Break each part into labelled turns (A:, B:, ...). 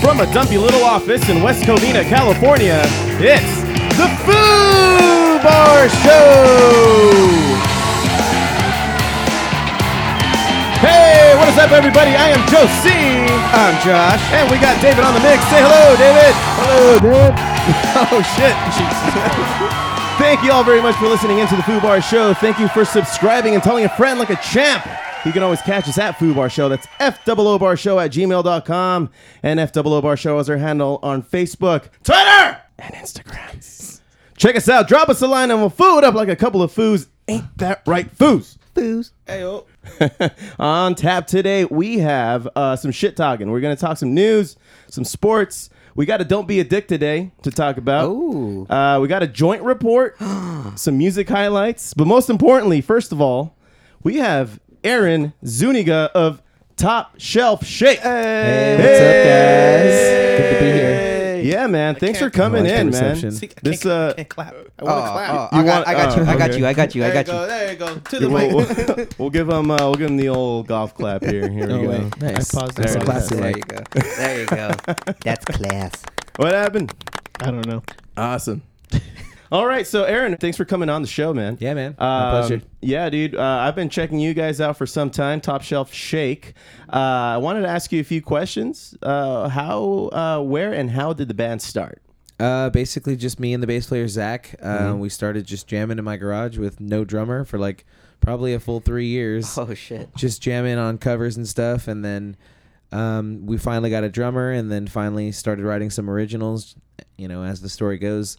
A: from a dumpy little office in West Covina, California, it's the Foo Bar Show! Hey, what is up, everybody? I am Joe C. I'm Josh. And we got David on the mix. Say hello, David. Hello, David. oh, shit. Jesus. Thank you all very much for listening into the Foo Bar Show. Thank you for subscribing and telling a friend like a champ. You can always catch us at Foo Bar Show. That's FOO Bar Show at gmail.com. And FOO Bar Show is our handle on Facebook, Twitter, and Instagram. Check us out. Drop us a line and we'll foo it up like a couple of foos. Ain't that right, foos? Foos. Hey, on tap today, we have uh, some shit talking. We're going to talk some news, some sports. We got a Don't Be a Dick today to talk about.
B: Ooh.
A: Uh, we got a joint report, some music highlights. But most importantly, first of all, we have Aaron Zuniga of Top Shelf Shake. Hey,
B: what's up, guys? Good to be here.
A: Yeah, man. Thanks for coming
B: I like the
A: in, man.
B: reception. See,
C: I can't-
A: This, uh,
C: can't clap. I
B: Oh,
C: want to clap.
B: oh, I, got, I got
A: want-
B: you. I
A: oh,
B: got
A: okay.
B: you. I got you. I
C: there
B: got you.
C: you go. There you go. To the
A: we'll,
C: mic.
A: we'll- we'll give him. Uh, we'll give him the old golf clap here. Here we go.
B: Nice.
D: I paused
B: That's
D: it.
B: classy. There
D: There you
B: you go. There you go. That's class.
A: What happened?
D: I don't know.
A: Awesome. All right, so Aaron, thanks for coming on the show, man.
B: Yeah, man.
A: Um,
B: My pleasure.
A: Yeah, dude. Uh, I've been checking you guys out for some time. Top Shelf Shake. Uh, I wanted to ask you a few questions. Uh, how, uh, where, and how did the band start?
B: Uh, basically, just me and the bass player Zach. Um, We started just jamming in my garage with no drummer for like probably a full three years.
C: Oh shit.
B: Just jamming on covers and stuff, and then um, we finally got a drummer, and then finally started writing some originals. You know, as the story goes.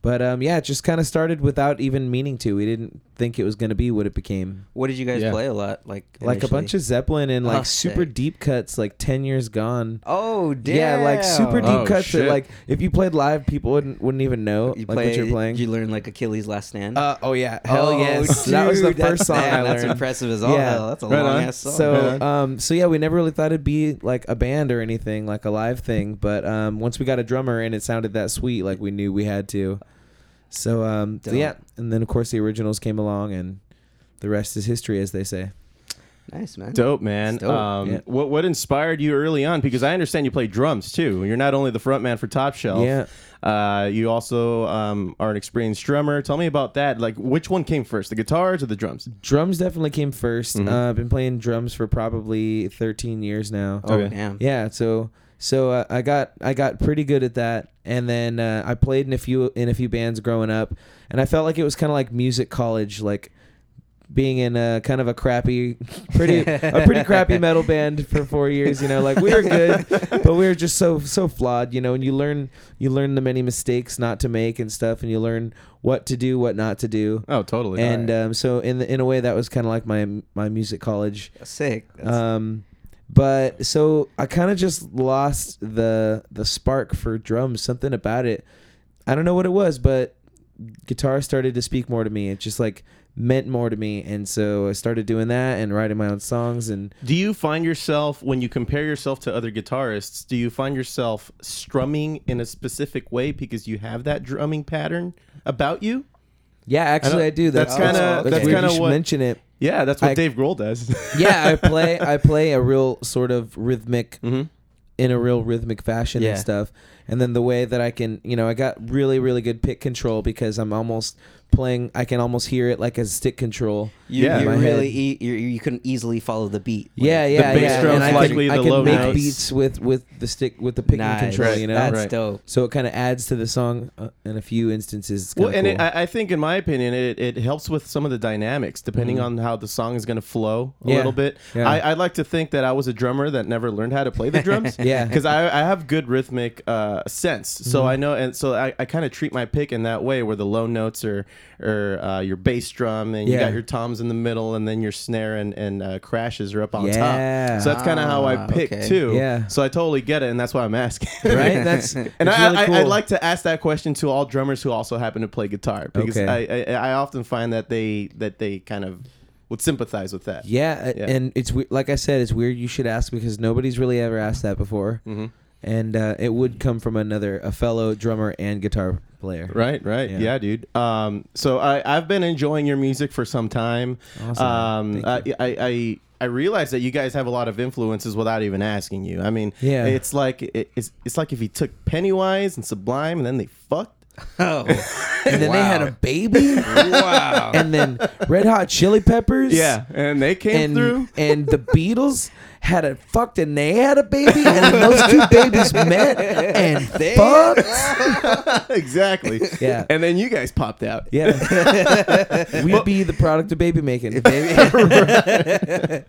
B: But um, yeah, it just kind of started without even meaning to. We didn't think it was going to be what it became.
C: What did you guys
D: Yeah.
C: play a lot? Like
B: Like a
C: initially?
B: bunch of Zeppelin and like
C: Oh,
B: super
C: sick.
B: deep cuts, like ten years gone.
C: Oh damn.
B: Yeah, like super deep
A: Oh,
B: cuts
A: shit.
B: that like if you played live, people wouldn't wouldn't even know
C: You
B: like
C: play.
B: what you're playing.
C: You learn like Achilles' Last Stand.
B: uh, oh yeah, hell
C: Oh,
B: yes, that was the
C: dude, that's-
B: first song
C: man,
B: I
C: That's
B: learned.
C: impressive as all
B: Yeah.
C: hell. That's a
A: Right
C: long
A: on.
C: ass song.
B: So
A: Right
B: um, so yeah, we never really thought it'd be like a band or anything, like a live thing. But um, once we got a drummer and it sounded that sweet, like we knew we had to. So um, so
C: Dope.
B: yeah, and then of course the originals came along, and the rest is history, as they say.
C: nice man.
A: Dope, man.
C: Dope.
A: Um,
B: Yeah.
A: What what inspired you early on? Because I understand you play drums too. You're not only the front man for Top Shelf.
B: Yeah.
A: Uh, you also um, are an experienced drummer. Tell me about that. Like, which one came first, the guitars or the drums?
B: Drums definitely came 1st
C: Mm-hmm.
B: Uh, I've been playing drums for probably 13 years now.
C: Oh
A: Okay.
C: damn.
B: Yeah, so so uh, I got I got pretty good at that, and then uh, I played in a few in a few bands growing up, and I felt like it was kind of like music college, like being in a kind of a crappy, pretty a pretty crappy metal band for four years. You know, like we were good, but we were just so so flawed. You know, and you learn you learn the many mistakes not to make and stuff, and you learn what to do, what not to do.
A: Oh, totally.
B: And um, so in the, in a way that was kind of like my my music college
C: Sick. That's-
B: um but so i kind of just lost the the spark for drums something about it i don't know what it was but guitar started to speak more to me it just like meant more to me and so i started doing that and writing my own songs and
A: uh, Do you find yourself when you compare yourself to other guitarists? Do you find yourself strumming in a specific way because you have that drumming pattern about you?
B: yeah actually i,
A: I
B: do that's,
A: that's kinda-
B: that's,
A: that's
B: weird.
A: kinda
B: you should
A: what-
B: mention it
A: Yeah, that's what
B: I-
A: Dave Grohl does.
B: yeah i play i play a real sort of rhythmic
A: Mm-hmm.
B: in a real rhythmic fashion
C: Yeah.
B: and stuff and then the way that i can you know i got really really good pick control because i'm almost playing i can almost hear it like a stick control
C: you,
A: yeah.
C: you
B: my
C: really
B: head.
C: e- you you can easily follow the beat. Like,
B: yeah yeah
A: bass
B: yeah
A: drum's
B: and i
A: likely
B: can, I
A: the
B: can
A: low
B: make
A: notes.
B: beats with with the stick with the pick
C: nice.
B: control you know
C: That's
A: Right.
C: dope.
B: so it kind of adds to the song uh, in a few instances it's
A: well,
B: kinda
A: and it,
B: cool.
A: I, I think, in my opinion, it, it helps with some of the dynamics depending on how the song is going to flow a
B: Mm-hmm. Yeah.
A: little bit.
B: Yeah.
A: I, I like to think that I was a drummer that never learned how to play the drums.
B: Yeah. Mm-hmm.
A: because I, I have good rhythmic uh, sense, so I know, and so I, I kind of treat my pick in that way, where the low notes are, are uh, your bass drum, and you
B: Yeah.
A: got your toms in the middle, and then your snare and and uh, crashes are up on
B: Yeah.
A: top. So that's kind of how I
C: Ah,
A: pick
C: okay.
A: too.
B: Yeah.
A: So I totally get it, and that's why I'm asking.
B: right that's
A: And
B: it's
A: I,
B: really
A: I, I'd
B: cool.
A: like to ask that question to all drummers who also happen to play guitar because
B: Okay.
A: I, I, I often find that they that they kind of would sympathize with that.
B: Yeah, a-
A: Yeah.
B: and it's we- like I said, it's weird you should ask because nobody's really ever asked that before, mm-hmm. and uh, it would come from another a fellow drummer and guitar player.
A: Right, right. Yeah,
B: Yeah.
A: dude. Um, so I, I've been enjoying your music for some time.
B: Awesome.
A: Um, I,
B: Thank
A: I, I, I I realize that you guys have a lot of influences without even asking you. I mean,
B: Yeah.
A: it's like it, it's it's like if you took Pennywise and Sublime and then they fucked.
C: Oh,
B: and then they had a baby,
C: wow.
B: and then Red Hot Chili Peppers,
A: and they came
B: and
A: through.
B: and the Beatles had a fucked and they had a baby, and then those two babies met and
C: They-
B: fucked.
A: exactly.
B: Yeah.
A: And then you guys popped out.
B: Yeah, we'd be the product of baby making.
A: But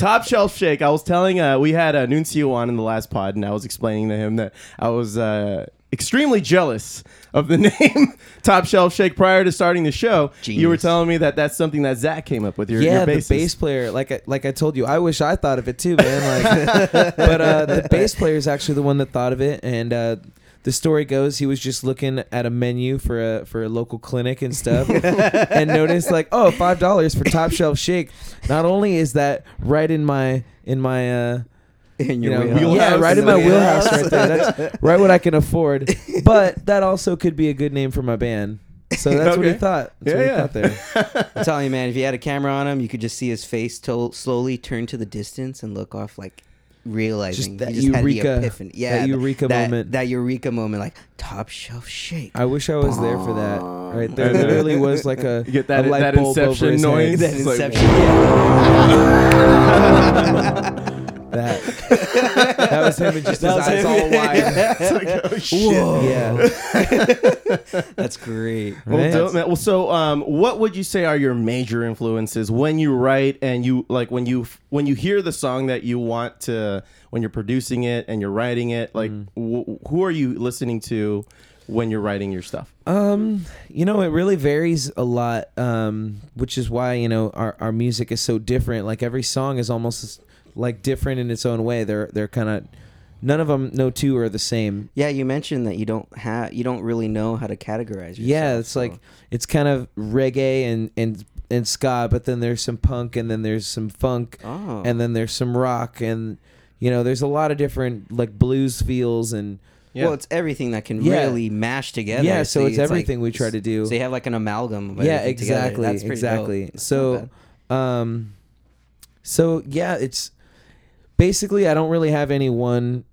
A: top shelf shake. I was telling uh, we had uh, Nuncio on in the last pod, and I was explaining to him that I was uh, extremely jealous of the name top shelf shake prior to starting the show. You were
C: Genius.
A: telling me that that's something that Zach came up with. Your,
B: yeah,
A: your
B: the
A: bassist.
B: bass player. Like I, like I told you, I wish I thought of it too, man. Like, but uh, the bass player is actually the one that thought of it, and uh, the story goes he was just looking at a menu for a for a local clinic and stuff, and noticed like, oh, five dollars for top shelf shake. Not only is that right in my in my uh,
C: in
B: you
C: your
B: know,
A: wheelhouse.
B: yeah, right in
A: Yeah.
B: my wheelhouse, right there. That's right what I can afford. But that also could be a good name for my band. So that's what he
A: Okay.
B: thought. That's what
A: Yeah,
B: he
A: yeah.
B: thought there.
C: I'm telling you, man, if you had a camera on him, you could just see his face to- slowly turn to the distance and look off, like realizing
B: that
C: he just had the
B: eureka-
C: epiphany.
B: that
C: Yeah, th-
B: eureka
C: that-
B: moment.
C: That eureka moment, like top shelf shake.
B: I wish I was there for that. Right
A: I
B: there,
A: know.
B: literally was like a,
A: You get that-
B: a light
A: that
B: bulb
A: Inception
B: over his
A: noise?
B: Head.
C: that
A: It's like-
C: inception. yeah.
B: That that was him and just
C: That
B: his
C: was
B: eyes
C: him.
B: all wide.
A: It's like, oh, shit.
B: Yeah,
C: That's great.
A: Well,
B: Right.
A: dope, man. Well, so um, what would you say are your major influences when you write and you like when you when you hear the song that you want to when you're producing it and you're writing it? Like,
B: Mm-hmm.
A: wh- who are you listening to when you're writing your stuff?
B: Um, you know, it really varies a lot, um, which is why you know our, our music is so different. Like every song is almost like different in its own way. They're they're kind of none of them. No two are the same.
C: Yeah, you mentioned that you don't have, you don't really know how to categorize yourself.
B: Yeah, it's
C: so-
B: like it's kind of reggae and and and ska, but then there's some punk and then there's some funk
C: Oh.
B: and then there's some rock and you know there's a lot of different like blues feels and
A: Yeah.
C: Well, it's everything that can
B: Yeah.
C: really mash together.
B: Yeah, so it's
C: like-
B: everything we try to do.
C: So you have like an amalgam. Of
B: yeah
C: everything together.
B: exactly
C: That's pretty dope.
B: exactly
C: That's not
B: so
C: bad.
B: um so yeah it's basically i don't really have any one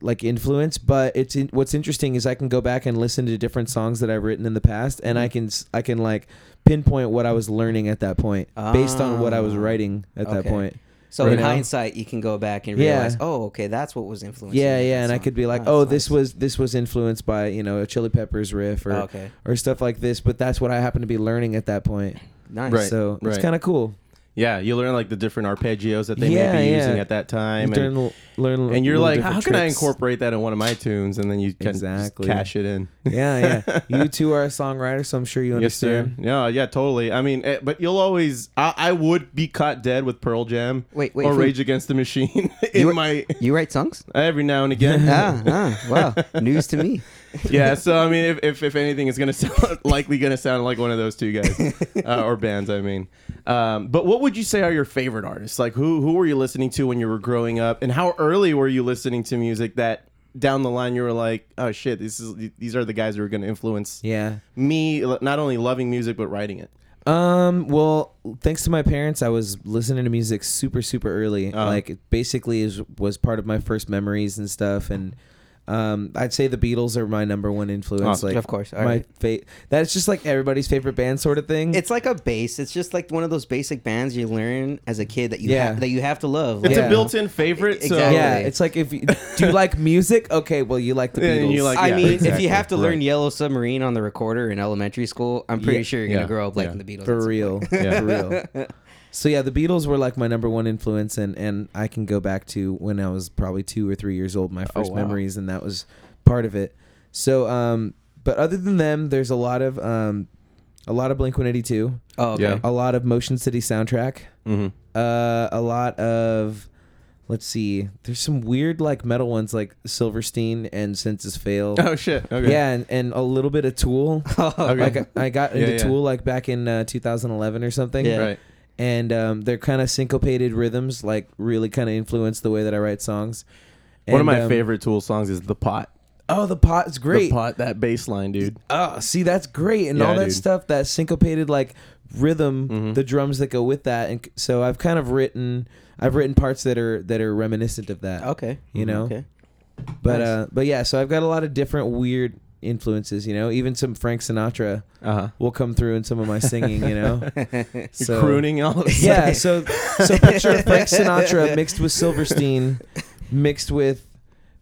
B: like influence but it's in, what's interesting is i can go back and listen to different songs that i've written in the past and
C: Mm-hmm.
B: i can s- i can like pinpoint what i was learning at that point based on what i was
C: Ah.
B: writing at that
C: Okay.
B: point
C: So
B: Right
C: in
B: now?
C: hindsight, you can go back and
B: Yeah.
C: realize, oh, okay, that's what was influencing.
B: yeah
C: me.
B: yeah and
C: That's
B: i
C: not-
B: could be like
C: that's
B: oh this
C: nice.
B: was this was influenced by you know a chili peppers riff or
C: Oh, okay.
B: or stuff like this but that's what i happened to be learning at that point
C: nice.
A: Right.
B: so it's
A: right.
B: kind of cool
A: Yeah, you learn like the different arpeggios that they
B: Yeah,
A: may be
B: yeah.
A: using at that time,
B: You
A: and,
B: learn, learn,
A: and you're
B: little
A: like,
B: different
A: how can I
B: tricks.
A: incorporate that in one of my tunes? And then you can just
B: Exactly.
A: cash it in.
B: Yeah, yeah. You two are a songwriter, so I'm sure you
A: Yes, sir.
B: understand.
A: Yeah, yeah, totally. I mean, eh, but you'll always. I, I would be caught dead with Pearl Jam,
C: Wait, wait,
A: or
C: who-
A: Rage Against the Machine in
C: You were-
A: my
C: You write songs?
A: every now and again.
C: ah, ah, wow, news to me.
A: yeah, so I mean, if, if, if anything, it's gonna sound likely gonna sound like one of those two guys uh, or bands. I mean, um, but what would you say are your favorite artists? Like, who who were you listening to when you were growing up, and how early were you listening to music that down the line you were like, oh shit, this is these are the guys who are gonna influence
B: Yeah.
A: me, l- not only loving music but writing it.
B: Um. Well, thanks to my parents, I was listening to music super, super early.
A: Uh-huh.
B: Like, it basically is was part of my first memories and stuff. And um, I'd say the Beatles are my number one influence.
A: Oh,
B: like,
C: of course. All
B: my
C: right.
B: fa- That's just like everybody's favorite band sort of thing.
C: It's like a bass. It's just like one of those basic bands you learn as a kid that you
B: Yeah.
C: ha- that you have to love.
A: It's
B: Yeah.
A: a built-in favorite, so
C: Exactly.
B: yeah. It's like if you, do you like music? Okay. Well, you like the
A: Then
B: Beatles.
A: you like-
C: I
A: Yeah,
C: mean, if
A: exactly.
C: you have to learn
A: Right.
C: Yellow Submarine on the recorder in elementary school, I'm pretty
B: Yeah.
C: sure you're gonna
A: Yeah.
C: grow up liking
A: Yeah.
C: the Beatles.
B: for real.
A: Yeah.
B: For real. So yeah, the Beatles were like my number one influence, and and I can go back to when I was probably two or three years old, my first
C: wow.
B: memories, and that was part of it. So um, but other than them, there's a lot of um, a lot of Blink One Eighty Two,
C: Oh, okay.
A: Yeah.
B: a lot of Motion City soundtrack,
A: Mhm.
B: uh, a lot of let's see, there's some weird like metal ones like Silverstein and Senses Fail.
A: Oh shit. Okay.
B: Yeah, and, and a little bit of Tool.
C: Oh,
A: Okay.
B: Like I, I got
A: Yeah,
B: into
A: yeah.
B: Tool like back in uh, 2011 or something
C: Yeah.
A: Right.
B: and um, their kind of syncopated rhythms like really kind of influence the way that I write songs.
A: one of
B: And,
A: my
B: um,
A: favorite Tool songs is "The Pot."
B: Oh, the pot's
A: The
B: great.
A: pot, that bass line, dude.
B: Oh, see, that's great, and
A: Yeah,
B: all that
A: dude.
B: stuff, that syncopated like rhythm,
A: Mhm.
B: the drums that go with that, and c- so I've kind of written I've written parts that are that are reminiscent of that.
C: Okay.
B: You know,
C: Okay.
B: but
C: Nice.
B: uh, but yeah, so I've got a lot of different weird influences. You know, even some Frank Sinatra
A: Uh-huh.
B: will come through in some of my singing. You know, so
A: crooning all of a sudden.
B: yeah. So so picture Frank Sinatra mixed with Silverstein, mixed with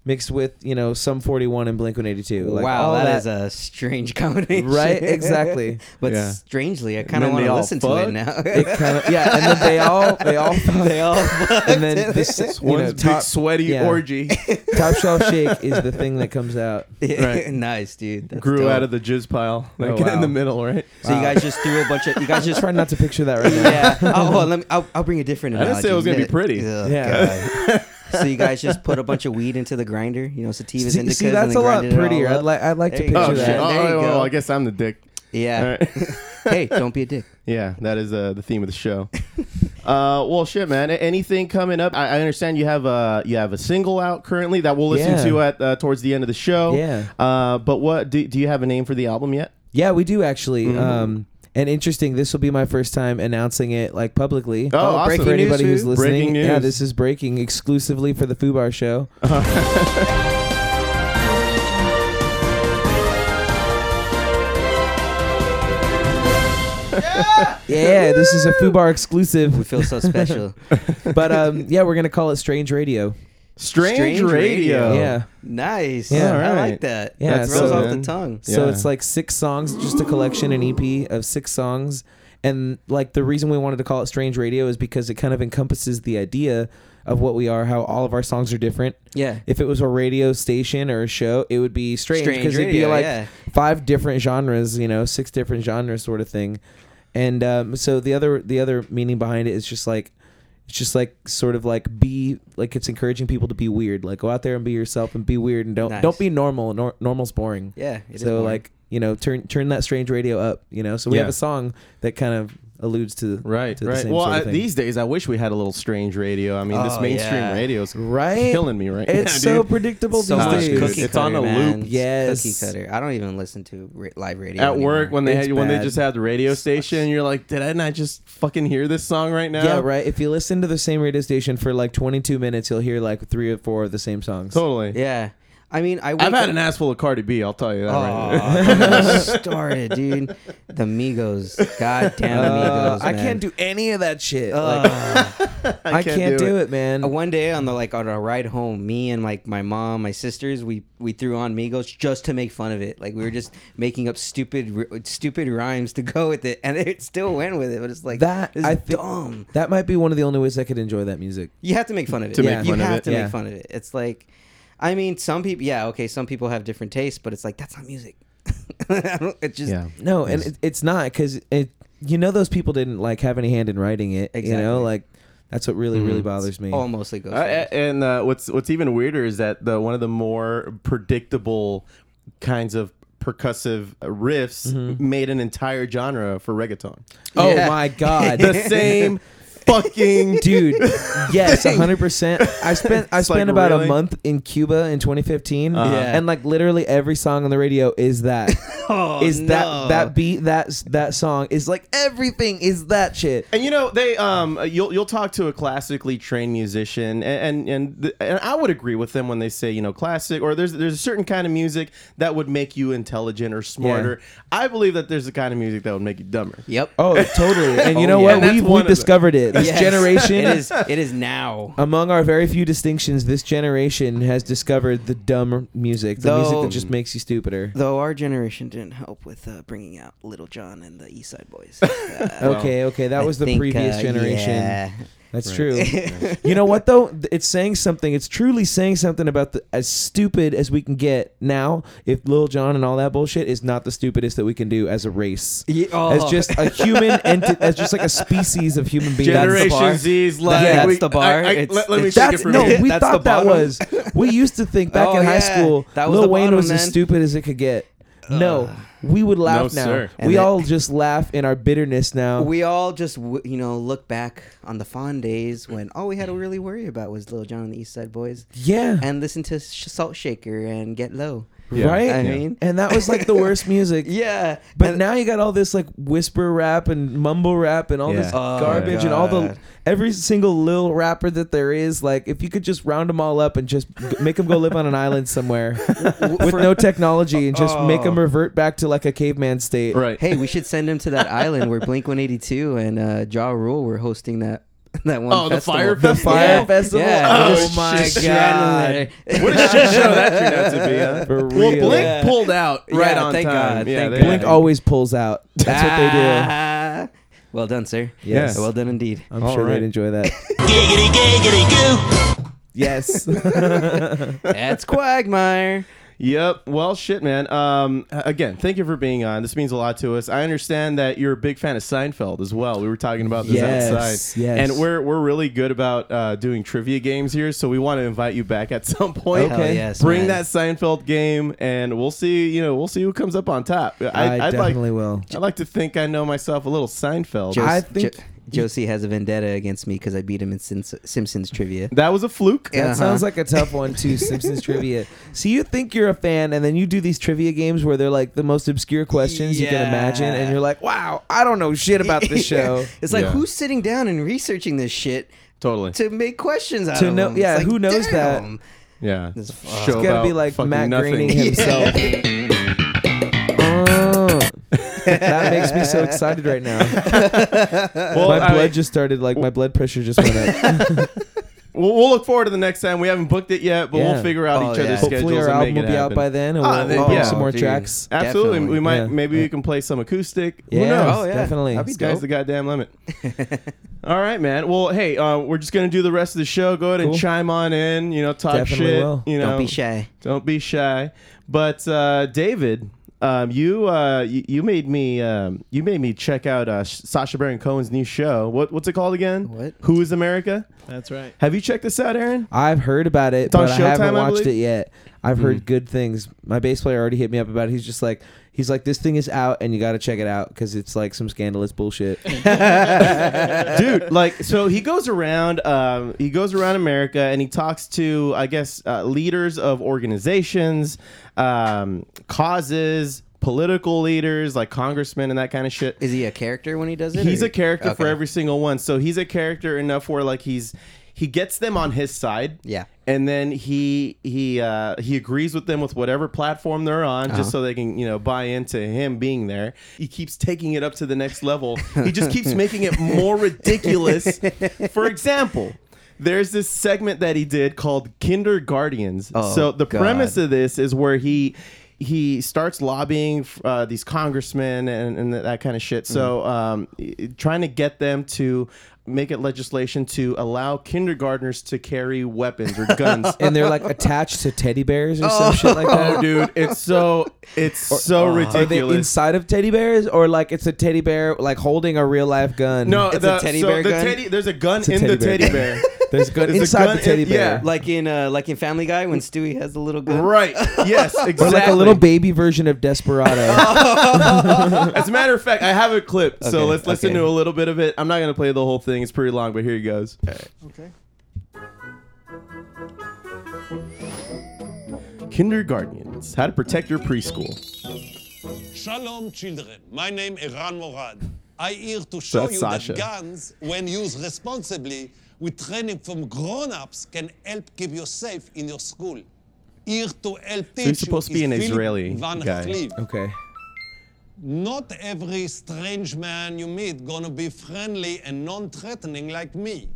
B: mixed with you know some 41 and Blink 182. Like
C: wow,
B: all
C: that is a strange combination.
B: Right, exactly.
C: but
A: Yeah.
C: strangely, I
A: And
C: kind
A: then
C: of want
A: they
C: to
A: all
C: listen to
A: fuck.
C: it now.
B: it kind of yeah, and then they all they all
C: they all
B: and then this
A: It's
B: you
A: one
B: know,
A: big
B: top,
A: sweaty
B: yeah.
A: orgy
B: top shelf shake is the thing that comes out.
A: Right.
C: nice, dude. That's
A: grew
C: dope.
A: out of the jizz pile, like
B: Oh,
A: in the
B: wow.
A: middle, right?
C: So you guys just threw a bunch of you guys
B: Just
C: just
B: trying not to picture that right now.
C: yeah. Oh, well, let me. I'll, I'll bring a different.
A: I didn't say it was gonna be
C: analogy.
A: pretty.
C: Ugh,
B: Yeah.
C: God. so you guys just put a bunch of weed into the grinder, you know, sativas,
B: See,
C: indicas,
B: see,
C: and
B: that's
C: then
B: a lot
C: grinded it all
B: prettier. I'd
C: up.
B: like I'd like
C: There
B: to
C: you go.
B: picture
A: Oh
B: that.
A: shit! Oh,
C: There you
A: well,
C: go.
A: I guess I'm the dick.
C: Yeah.
A: All right.
C: hey, don't be a dick.
A: Yeah, that is uh, the theme of the show. uh, well, shit, man. A- Anything coming up? I, I understand you have a you have a single out currently that we'll listen
B: Yeah.
A: to at uh, towards the end of the show.
B: Yeah.
A: Uh, but what do, do you have a name for the album yet?
B: Yeah, we do actually.
A: Mm-hmm.
B: Um, and interesting, this will be my first time announcing it like publicly.
A: Oh, awesome.
B: for
A: Breaking news,
B: anybody who's
A: Fu.
B: listening,
A: Breaking
B: yeah,
A: news.
B: this is breaking exclusively for the Fubar show. yeah, this is a Fubar
C: We
B: exclusive.
C: feel so special.
B: But um, yeah, we're gonna call it Strange Radio.
A: Strange,
C: Strange
A: Radio.
C: Radio. Oh.
B: Yeah.
C: nice.
B: Yeah.
A: All
C: I
A: right.
C: like that.
B: Yeah,
C: That rolls
B: so-
C: off the tongue.
B: So
A: Yeah.
B: it's like six songs, just a collection, an EP of six songs. And like the reason we wanted to call it Strange Radio is because it kind of encompasses the idea of what we are, how all of our songs are different.
C: Yeah.
B: If it was a radio station or a show, it would be strange
C: Strange
B: because it'd be
C: radio,
B: like
C: yeah.
B: five different genres, you know, six different genres, sort of thing. And um, so the other the other meaning behind it is just like it's just like sort of like be like it's encouraging people to be weird, like go out there and be yourself and be weird and don't
C: Nice.
B: don't be normal. Nor- normal's boring
C: Yeah. it is
B: so
C: boring.
B: like you know turn turn that strange radio up you know so we
A: Yeah.
B: have a song that kind of alludes to
A: Right,
B: to
A: right.
B: same
A: Well,
B: sort of
A: I,
B: thing.
A: these days, I wish we had a little strange radio. I mean, this
C: Oh,
A: mainstream
C: yeah.
A: radio is
B: right
A: killing me right
B: it's
A: now,
B: so
A: dude.
B: predictable
C: so
B: these
A: much
B: days
A: cookie
C: it's on a loop.
B: Yes.
C: Cookie cutter. I don't even listen to ra- live radio
A: At work,
C: anymore.
A: when they
B: It's
A: had, when they
B: bad.
A: just had the radio station, you're like, did I not just fucking hear this song right now?
B: yeah right if you listen to the same radio station for like 22 minutes you'll hear like three or four of the same songs
A: Totally.
C: Yeah. I mean, I wake
A: I've had
C: up-
A: an ass full of Cardi B. I'll tell you that. right now.
C: Aw, don't get me started, dude. The Migos. God damn
B: Uh,
C: Migos.
B: I
C: man.
B: can't do uh, any of that shit like,
C: Ugh.
B: I, can't do, it, man
C: Uh, One day on the like on our ride home, me and like my mom, my sisters, we we threw on Migos just to make fun of it. Like we were just making up stupid r- stupid rhymes to go with it, and it still went with it. But it's like
B: that
C: is
B: I think
C: dumb.
B: that might be one of the only ways I could enjoy that music
C: You have to make fun of it.
A: To
B: make
C: you
A: fun of
C: have
A: it.
C: to
B: Yeah.
C: make fun of it. It's like, I mean, some people, yeah, okay, some people have different tastes, but it's like that's not music. I don't- it just
A: Yeah.
B: No, and it, it's not because it. You know, those people didn't like have any hand in writing it. You
C: Exactly.
B: know, like that's what really,
C: Mm-hmm.
B: really bothers me.
C: all mostly goes.
A: Uh, a- and uh, what's what's even weirder is that the one of the more predictable kinds of percussive riffs made an entire genre for reggaeton.
B: oh
C: Yeah.
B: my god,
A: The same fucking
B: dude. Yes, hundred percent. I spent I
A: It's like,
B: spent about
A: really?
B: a month in Cuba in 2015,
C: Yeah.
B: and like literally every song on the radio is that.
C: oh,
B: Is
C: no.
B: that that beat that s- that song is like everything is that shit.
A: And you know they um you'll you'll talk to a classically trained musician and and and, the, and I would agree with them when they say you know classic or there's there's a certain kind of music that would make you intelligent or smarter. I believe that there's a kind of music that would make you dumber.
C: Yep.
B: Oh, totally. And you
C: Oh,
B: know
C: yeah.
B: what?
A: And that's
B: We've,
A: one
B: we
A: of the-
B: discovered it. This
C: Yes.
B: generation
C: It is. It is now.
B: Among our very few distinctions, this generation has discovered the dumb music, the music
C: Though-
B: that just makes you stupider.
C: Though our generation didn't help with uh, bringing out Little John and the East Side Boys. Uh,
B: Okay, okay, that was the previous generation. That's true. you know what though? Th- It's saying something. It's truly saying something about the as stupid as we can get now. If Lil Jon and all that bullshit is not the stupidest that we can do as a race, as just a human entity, as just like a species of human being.
A: Generation Z's like
B: That's
A: we-
C: the bar.
A: I- I-
C: It's-
A: let, let me
C: it's-
A: take it
B: That's
A: from
B: no,
A: here.
B: we
C: That's the
B: thought that
C: bottom?
B: was. We used to think back
C: Oh,
B: in high
C: yeah.
B: school
C: That was
B: Lil
C: the
B: Wayne
C: bottom,
B: was as
C: man. Uh,
B: stupid as it could get. No, we would laugh
A: No,
B: now.
A: sir.
B: we
C: And
B: all just laugh in our bitterness now.
C: We all just, w- you know, look back on the fond days when all we had to really worry about was Little John and the East Side Boys
B: yeah,
C: and listen to Sh- Salt Shaker and Get Low.
A: Yeah.
B: right?
C: I mean-
B: and that was like the worst music.
C: Yeah,
B: But
C: and-
B: now you got all this like whisper rap and mumble rap and all
A: Yeah.
B: this
A: Oh,
B: garbage and all the
C: God.
B: every single lil rapper that there is. Like, if you could just round them all up and just g- make them go live on an island somewhere with no technology and just make 'em make
C: Oh.
B: them revert back to like a caveman state.
A: Right.
C: hey, we should send him to that island where Blink 182 and uh, Ja Rule were hosting that that one.
D: Oh, the
C: festival.
D: fire
B: The
D: festival?
B: fire
C: Yeah,
B: festival.
C: yeah,
B: oh
D: just
B: my
D: shit.
B: god!
A: What a shit show that turned out to be, huh?
B: For
D: Well,
B: real.
D: Blink
C: Yeah.
D: pulled out right
C: Yeah,
D: on
C: thank
D: time.
C: God,
D: Yeah,
C: thank
D: they-
C: God.
B: Blink always pulls out. That's what they do.
C: Ah. Well done, sir.
A: Yes.
C: Well done indeed.
B: I'm
A: All
B: sure
A: right.
B: they'd enjoy that. yes.
C: That's Quagmire.
A: Yep. Well, shit, man. Um, again, thank you for being on. This means a lot to us. I understand that you're a big fan of Seinfeld as well. We were talking about this
B: Yes,
A: outside,
B: yes.
A: and we're we're really good about uh, doing trivia games here. So we want to invite you back at some point.
B: Okay.
C: Hell yes,
A: Bring
C: man.
A: that Seinfeld game, and we'll see. You know, we'll see who comes up on top.
B: I,
A: I'd
B: definitely
A: like,
B: will.
A: I'd like to think I know myself a little Seinfeld.
C: Jos-
B: I think-
C: Jo- Josie has a vendetta against me because I beat him in Sims- Simpsons trivia.
A: that was a fluke.
B: That
C: Uh-huh.
B: sounds like a tough one too. Simpsons trivia. So you think you're a fan, and then you do these trivia games where they're like the most obscure questions you can
C: Yeah.
B: imagine, and you're like, "Wow, I don't know shit about this show."
C: it's like
A: Yeah.
C: who's sitting down and researching this shit
A: Totally.
C: to make questions out
B: To
C: of
B: know-
C: them? It's
B: yeah,
C: like,
B: who knows that?
C: damn.
A: Yeah.
C: It's-
A: Show
C: it's
B: It's gotta
A: about
B: be like
A: fucking
B: Matt
A: nothing.
B: Groening himself. Oh. that makes me so excited right now.
A: Well,
B: my
A: I
B: blood
A: mean-
B: just started like my blood pressure just went up.
A: We'll, we'll look forward to the next time. We haven't booked it yet, but we'll
B: Yeah.
A: figure out
C: Oh,
A: each
C: yeah.
A: other's
C: Hopefully
A: schedules
B: Hopefully our
A: and
B: album
A: make
B: will
A: it
B: be out
A: happen.
B: by then, and
A: Ah,
B: we'll,
A: then-
B: we'll
A: yeah.
B: have some more
C: Dude.
B: tracks.
A: Absolutely,
C: Definitely.
A: we might.
B: Yeah.
A: Maybe we can play some acoustic. Who
B: Yeah.
A: knows?
B: Oh, yeah. Definitely.
A: This
B: That'd
C: be
A: guy's
C: dope.
A: the goddamn limit. All right, man. Well, hey, uh, we're just gonna do the rest of the show. Go ahead and
B: Cool.
A: chime on in. You know, talk
B: Definitely
A: shit.
B: will.
A: You know,
C: Don't be shy.
A: Don't be shy. But uh, David, um, you, uh, you you made me um, you made me check out uh, Sasha Baron Cohen's new show. What what's it called again?
C: What?
A: Who is America?
D: That's right.
A: Have you checked this out, Aaron?
B: I've heard about it,
A: It's on
B: but I haven't
A: Showtime, I
B: watched it
A: believe? Hmm.
B: yet. I've heard good things. My bass player already hit me up about it. He's just like, he's like, this thing is out and you got to check it out because it's like some scandalous bullshit.
A: dude like so he goes around um, he goes around america and he talks to i guess uh, leaders of organizations um, causes political leaders like congressmen and that kind of shit
C: Is he a character when he does it?
A: he's
C: or-
A: a character for
C: Okay.
A: every single one so he's a character enough where like he's he gets them on his side
C: Yeah.
A: and then he he uh, he agrees with them with whatever platform they're on
C: Uh-huh.
A: just so they can you know buy into him being there he keeps taking it up to the next level he just keeps making it more ridiculous for example there's this segment that he did called kindergartens
C: Oh,
A: so the
C: God.
A: premise of this is where he he starts lobbying uh, these congressmen and, and that kind of shit. So um, trying to get them to make it legislation to allow kindergartners to carry weapons or guns.
B: and they're like attached to teddy bears or some shit like that.
A: oh, dude, it's so it's so
B: Are they
A: ridiculous.
B: inside of teddy bears or like it's a teddy bear like holding a real life gun?
A: no,
C: It's a
A: the,
C: teddy
A: so
C: bear
A: the
C: gun?
A: teddy- there's a gun
B: a
A: in
B: teddy
A: the
B: bear
A: teddy
B: gun.
A: bear.
B: there's a gun
A: There's a
B: inside
A: gun
B: the teddy
A: in-
B: bear.
A: yeah.
C: like in uh, like in Family Guy when Stewie has the little gun.
A: right. Yes, exactly. Oh.
B: Or like a little baby version of Desperado.
A: As a matter of fact, I have a clip, so
C: Okay,
A: let's listen
C: okay.
A: to a little bit of it. I'm not gonna play the whole thing; it's pretty long, but here it goes. Okay. Kindergartenians: How to protect your preschool.
E: Shalom, children. My name is Ran Morad. I here
A: So
E: to show
A: that's
E: you
A: Sasha.
E: that guns, when used responsibly with training from grown-ups, can help keep you safe in your school. Here to help teach you
A: supposed to be
E: is
A: an
E: Philip
A: Israeli
E: Van
A: guy.
E: Cleave.
B: okay.
E: Not every strange man you meet gonna be friendly and non-threatening like me.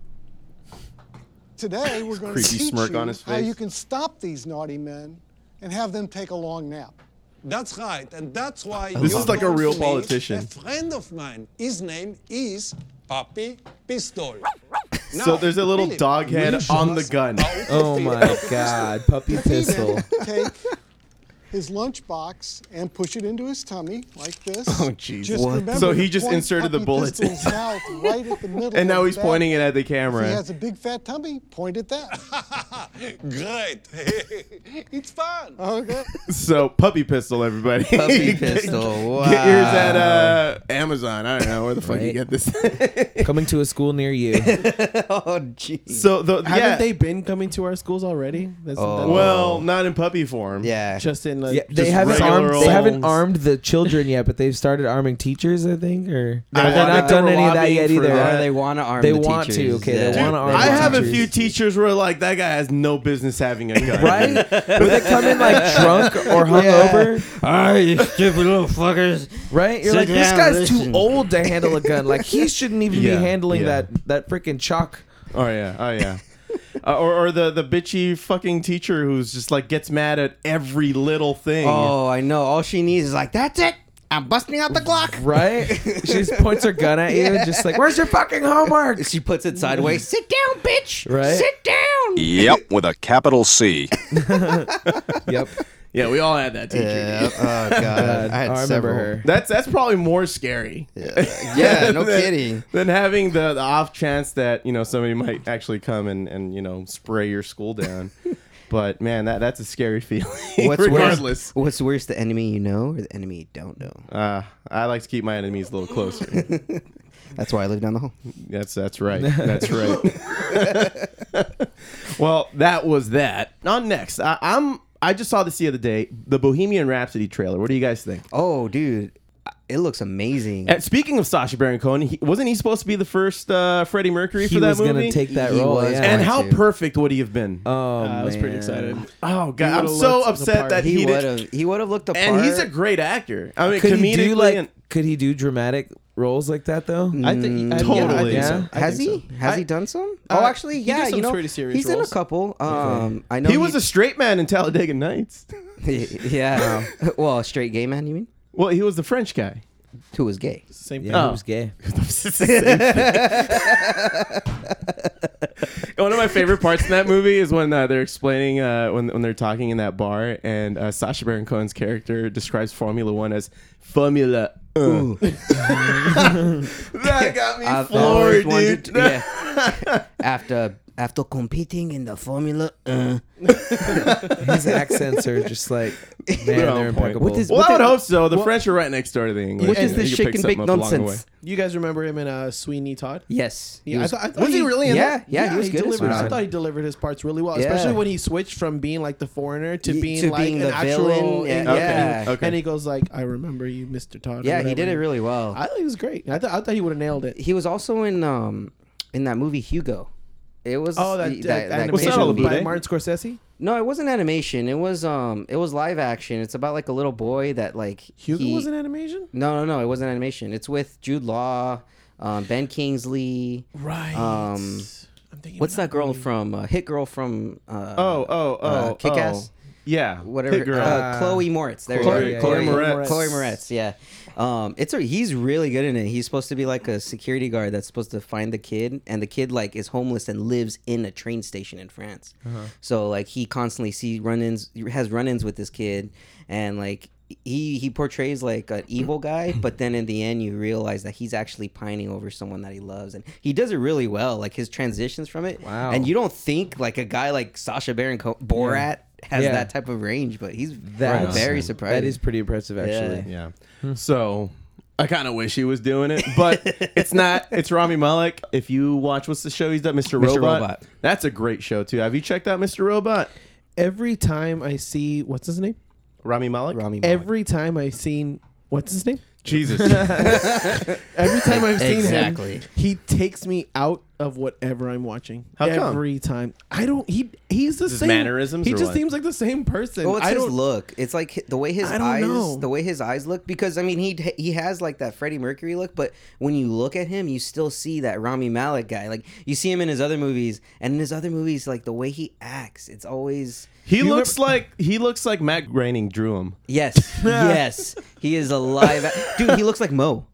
F: Today, we're going to
A: Creepy
F: teach
A: smirk
F: you
A: on his
F: how
A: face.
F: you can stop these naughty men and have them take a long nap.
E: That's right, and that's why
A: This
E: you're
A: is like a
E: going to
A: real
E: meet
A: politician.
E: A friend of mine. His name is Papi Pistol. Oh,
A: so there's a little dog head on the gun.
B: Oh my god, puppy pistol.
F: Take his lunchbox and push it into his tummy like this.
A: Oh, Jesus.
F: Just
A: What?
F: remember
A: So
F: to
A: he just
F: point
A: inserted
F: up
A: the
F: your
A: bullets in.
F: pistol's mouth right at the middle
A: And
F: of
A: now
F: the
A: he's
F: back.
A: pointing it at the
F: If he
A: camera.
F: has a big fat tummy, point at that.
E: Great. it's fun.
F: Okay.
A: So puppy pistol, everybody.
C: Puppy
A: Get-
C: pistol. Wow.
A: Get yours at uh, Amazon. I don't know where the fuck you get
B: Right.
A: this.
B: Coming to a school near you.
C: oh jeez.
A: so the
D: Haven't
A: yeah.
D: they been coming to our schools already? That's,
C: Oh.
D: that's-
A: well, not in puppy form.
C: yeah.
D: just in
A: the
B: Yeah, they
A: just
B: haven't
A: regular
B: armed.
A: old-
B: They haven't armed the children yet, but they've started arming teachers. I think, or
A: They
B: they've
A: want-
B: not
A: they
B: done
A: were
B: any of that
A: lobbying
B: yet
A: for
B: either.
A: that.
C: Or they want to arm
B: They
C: the
B: want to,
C: teachers.
B: okay, they
C: Yeah.
B: wanna arm
A: I
B: the
A: have a
B: teachers.
A: few teachers where like that guy has no business having a gun.
B: Right? Would they come in like drunk or hungover?
C: All right, you stupid little fuckers.
B: Right? You're
C: Sit
B: like, this
C: down,
B: guy's too
C: listen.
B: old to handle a gun. Like he shouldn't even
A: Yeah,
B: be handling
A: yeah.
B: that that freaking chalk.
A: Oh yeah. Oh yeah. Uh, or, or the the bitchy fucking teacher who's just like gets mad at every little thing.
C: Oh, I know. All she needs is like, that's it. I'm busting out the Glock.
B: Right? she just points her gun at you and just like, "Where's your fucking homework?"
C: She puts it sideways. Sit down, bitch.
B: Right?
C: Sit down.
D: Yep, with a capital C.
B: Yep.
G: Yeah, we all had that teacher.
H: Yeah. Oh god,
B: God,
H: I had
B: remember
H: several.
B: her.
A: That's that's probably more scary.
H: Yeah, no
A: than-
H: kidding.
A: Than having the, the off chance that you know somebody might actually come and and you know spray your school down. but man, that that's a scary feeling. regardless,
C: Worse, what's worse, the enemy you know or the enemy you don't know?
A: uh, I like to keep my enemies a little closer.
C: That's why I live down the hall.
A: That's that's right. That's right. well, that was that. On next, I, I'm. I just saw this the other day, the Bohemian Rhapsody trailer. What do you guys think?
C: Oh, dude. It looks amazing.
A: And speaking of Sasha Baron Cohen, he, wasn't he supposed to be the first uh, Freddie Mercury
B: He
A: for that
B: was
A: movie?
B: gonna take that
C: He
B: role.
C: was Ah,
B: yeah.
A: and
C: going
A: how
C: to.
A: perfect would he have been?
B: oh,
G: I was pretty
B: man.
G: excited.
A: oh
G: Uh, he
A: god, I'm
G: would've
A: so
G: looked the
A: upset
G: part.
A: that he,
C: he would
A: did.
C: have. He would have looked apart.
A: And he's a great actor. I mean,
B: Could he
A: comedically,
B: do like
A: and-
B: could he do dramatic roles like that though?
C: Mm.
G: I think I-
A: Totally.
G: Yeah, I think
B: Yeah?
G: so. I
C: Has
G: think
C: he?
G: so.
C: Has he done some? oh, actually,
G: did
C: yeah.
G: some
C: you know,
G: pretty serious
C: he's in a
G: roles.
C: couple. Um, I know
A: he was a straight man in Talladega Nights.
C: yeah. um, well, a straight gay man. You mean
A: Well, he was the French guy.
C: who was gay?
G: Same thing.
B: Yeah, he
A: Oh.
B: was gay.
A: One of my favorite parts in that movie is when uh, they're explaining uh, when when they're talking in that bar, and uh, Sasha Baron Cohen's character describes Formula One as Formula. uh." that got me
C: I've
A: floored,
C: always
A: dude.
C: wanted to- yeah. after after competing in the Formula, uh,
B: His accents are just like man,
A: They're on
B: they're
A: point.
B: impeccable.
C: What is-
A: Well, I would
C: the-
A: hope so. The French are right next door to the English.
C: which
A: you
C: is
A: know,
C: this
A: you can
C: shake
A: pick
C: and
A: something
C: bake
A: up along the
C: nonsense.
A: way.
G: You guys remember him in uh, Sweeney Todd?
C: Yes.
G: Yeah, I,
C: was-
G: thought, I thought
A: Was he really in
C: Yeah,
A: that?
C: yeah, he was good. as
G: delivered,
C: Fred.
G: I thought he delivered his parts really well,
C: Yeah.
G: especially when he switched from being like the foreigner to
C: Y-
G: being
C: to
G: like
C: being
G: an
C: the
G: actual.
C: villain, yeah.
G: and-
C: Yeah.
G: And, he,
A: Okay.
G: and he goes like, "I remember you, Mr. Todd." or
C: yeah, he did it
G: whatever.
C: really well.
G: I thought he was great. I thought I thought he would have nailed it.
C: he was also in um in that movie Hugo. It was
G: Oh, that,
C: the-
G: that,
A: Was that
G: animation
A: all
C: movie.
A: about?
G: by
A: eh?
G: Martin Scorsese.
C: No, it wasn't animation. It was um it was live action. It's about like a little boy that like
G: Hugo
C: he-
G: was an animation.
C: No, no, no. It wasn't animation. It's with Jude Law, um, Ben Kingsley.
G: Right.
C: Um,
G: I'm thinking
C: What's
G: of
C: that girl from uh, Hit Girl from? Uh,
A: Oh, oh, oh,
C: uh, Kick
A: oh.
C: Ass.
A: Yeah,
C: Whatever,
A: Hit girl.
C: Uh, Chloe Moritz. There
A: Chloe-
C: you go.
A: Chloe Moretz.
C: Chloe Moretz. Yeah, um, it's a, he's really good in it. He's supposed to be like a security guard that's supposed to find the kid, and the kid like is homeless and lives in a train station in France.
B: Uh-huh.
C: So like he constantly see run-ins, has run-ins with this kid, and like he he portrays like an evil guy, but then in the end you realize that he's actually pining over someone that he loves, and he does it really well. Like his transitions from it,
B: Wow.
C: And you don't think like a guy like Sasha Baron Co- Borat. Has
B: Yeah.
C: that type of range, but he's
B: That's-
C: very surprising.
B: That is pretty impressive, actually.
A: Yeah. So I kind of wish he was doing it, but it's not. It's Rami Malek. If you watch, what's the show he's done? Mr. Robot.
C: Robot.
A: That's a great show too. Have you checked out Mr. Robot?
G: Every time I see what's his name.
A: Rami Malek.
C: Rami Malek.
G: Every time I've seen what's his name.
A: Jesus.
G: Every time I've seen
C: Exactly.
G: him, he takes me out of whatever I'm watching.
A: How come?
G: Every time, I don't. He he's the
A: his
G: same
A: mannerisms
G: He
A: or
G: just
A: what?
G: seems like the same person.
C: Well, it's
G: I
C: his
G: don't.
C: look. It's like hi- the way his
G: I don't
C: eyes,
G: know.
C: the way his eyes look. Because I mean, he he has like that Freddie Mercury look, but when you look at him, you still see that Rami Malek guy. Like you see him in his other movies, and in his other movies, like the way he acts, it's always
A: he looks like he looks like Matt Groening drew him.
C: yes, yes. He is alive, dude. He looks like Mo.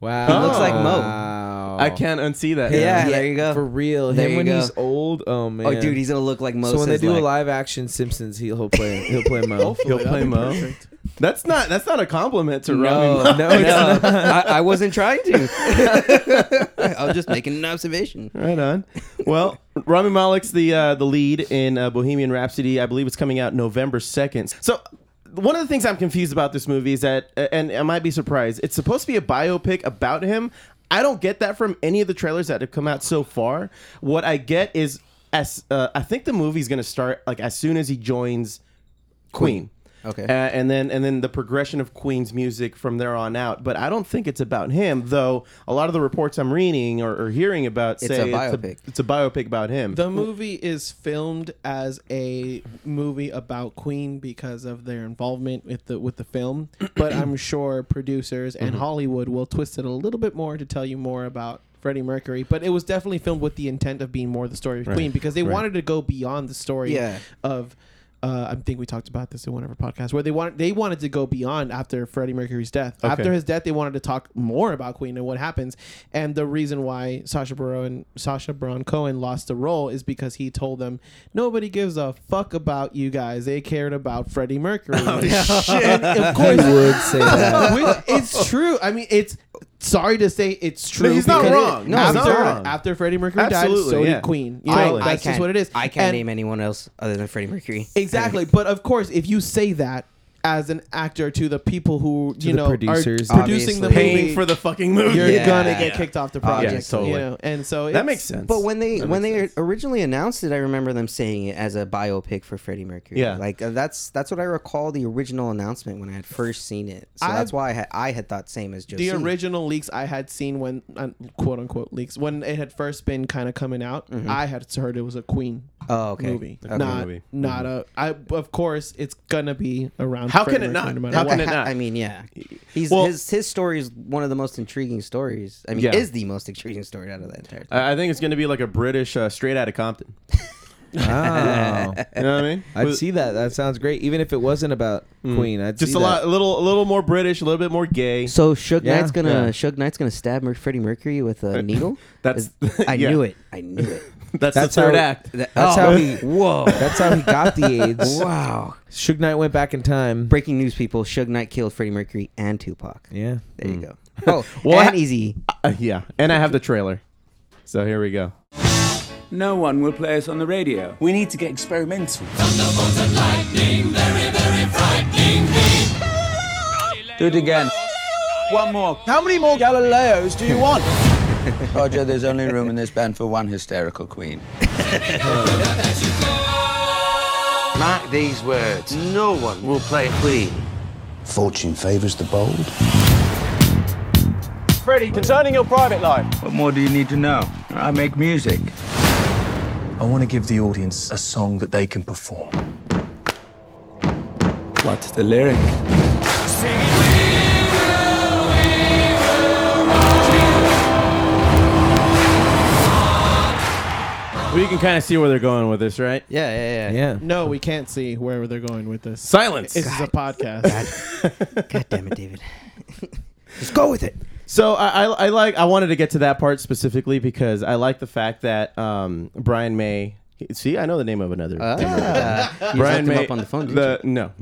B: Wow.
C: He looks like Mo.
B: Wow.
A: I can't unsee that. now.
C: Oh. Yeah, there you go.
B: For real.
C: There
B: Him
C: you
B: when
C: go.
B: he's old. Oh man.
C: Oh, dude, he's gonna look like Mo.
B: So when they
C: says,
B: do a
C: like-
B: live action Simpsons, he'll, he'll play he'll play Mo.
A: He'll play Mo. That's not that's not a compliment to Rami.
C: No,
A: Malek.
C: no, no. I, I wasn't trying to. I was just making an observation.
A: Right on. Well, Rami Malek's the uh, the lead in uh, Bohemian Rhapsody. I believe it's coming out November second. So. One of the things I'm confused about this movie is that, uh, and I might be surprised, it's supposed to be a biopic about him. I don't get that from any of the trailers that have come out so far. What I get is, as uh, I think the movie's going to start like as soon as he joins Queen.
C: Okay.
A: Uh, and then and then the progression of Queen's music from there on out. But I don't think it's about him, though. A lot of the reports I'm reading or, or hearing about
C: It's
A: say
C: a
A: It's, a,
C: biopic.
A: it's a biopic about him.
G: The movie is filmed as a movie about Queen because of their involvement with the with the film, but I'm sure producers and Hollywood will twist it a little bit more to tell you more about Freddie Mercury. But it was definitely filmed with the intent of being more the story of Queen because they wanted to go beyond the story
C: Yeah.
G: of. Uh, I think we talked about this in one of our podcasts where they wanted they wanted to go beyond after Freddie Mercury's death. After his death, they wanted to talk more about Queen and what happens. And the reason why Sasha Baron Sasha Baron Cohen lost the role is because he told them nobody gives a fuck about you guys. They cared about Freddie Mercury.
A: Oh,
G: And of course,
B: would say that.
G: which- it's true. I mean, it's sorry to say it's true.
A: he's not
G: because
A: wrong. No, he's
G: after,
A: not wrong.
G: after Freddie Mercury
A: Absolutely,
G: died, so
A: yeah.
G: did Queen. You
A: I-
G: know,
A: I
G: that's just what it is.
C: I can't
G: And-
C: name anyone else other than Freddie Mercury.
G: Exactly, but of course, if you say that as an actor to the people who you
B: the
G: know
B: producers,
G: are producing the
C: obviously.
G: movie,
A: Paying for the fucking movie.
G: you're
C: Yeah.
G: gonna get kicked off the project.
A: totally.
G: You know, and so
A: that
G: it's-
A: makes sense.
C: But when they when they originally announced it, I remember them saying it as a biopic for Freddie Mercury.
A: Yeah.
C: like uh, that's that's what I recall the original announcement when I had first seen it. So
G: I-
C: that's why I had, I had thought same as Josie.
G: The original leaks I had seen when, uh, quote unquote, leaks when it had first been kind of coming out,
A: Mm-hmm.
G: I had heard it was a Queen
C: Oh, okay.
G: movie,
C: Okay.
G: not
A: Movie.
G: not a. I of course it's gonna be around.
A: How can
G: Freddie
A: it
G: Mercury
A: not?
G: no matter
A: How
G: what.
A: can it not?
C: I mean, yeah, he's
A: Well-
C: his his story is one of the most intriguing stories. I mean,
A: Yeah. Uh,
C: is the most intriguing story out of that entire. Thing.
A: I I think it's going to be like a British uh, straight out of Compton. You know
B: Wow.
A: what I mean?
B: I'd
A: With-
B: see that. That sounds great. Even if it wasn't about Queen, I'd
A: just
B: see
A: a lot,
B: that.
A: a little, a little more British, a little bit more gay.
C: So Suge
B: Yeah.
C: Knight's gonna
B: Yeah.
C: Suge Knight's gonna stab Mer- Freddie Mercury with a needle.
A: That's-
C: Is- I
A: yeah.
C: knew it. I knew it.
A: that's,
B: that's
A: the third
B: how-
A: act.
C: That-
B: That's
C: oh,
B: how he-
C: Whoa.
B: That's how he got the AIDS.
C: wow.
B: Suge Knight went back in time.
C: Breaking news, people. Suge Knight killed Freddie Mercury and Tupac.
B: Yeah.
C: There you go. Oh,
A: Well,
C: and
A: I-
C: easy.
A: Uh, yeah, and I have the trailer. So here we go.
I: No one will play us on the radio. We need to get experimental. Do it again. One more. How many more Galileos do you want? Roger, there's only room in this band for one hysterical queen.
J: Mark these words. No one will play Queen. Fortune favors the bold.
I: Freddie, concerning your private life. What more do you need to know? I make music.
J: I want to give the audience a song that they can perform.
I: What's the lyric?
A: Well, you can kind of see where they're going with this, right?
C: Yeah, yeah,
B: Yeah.
G: No, we can't see where they're going with this.
A: Silence.
G: This is a podcast.
C: God damn it, David. Just go with it.
A: So I, I, I like I wanted to get to that part specifically because I like the fact that um, Brian May. See, I know the name of another.
C: Ah.
A: Brian
C: you Brian
A: May
C: up on the phone, did
A: the- no,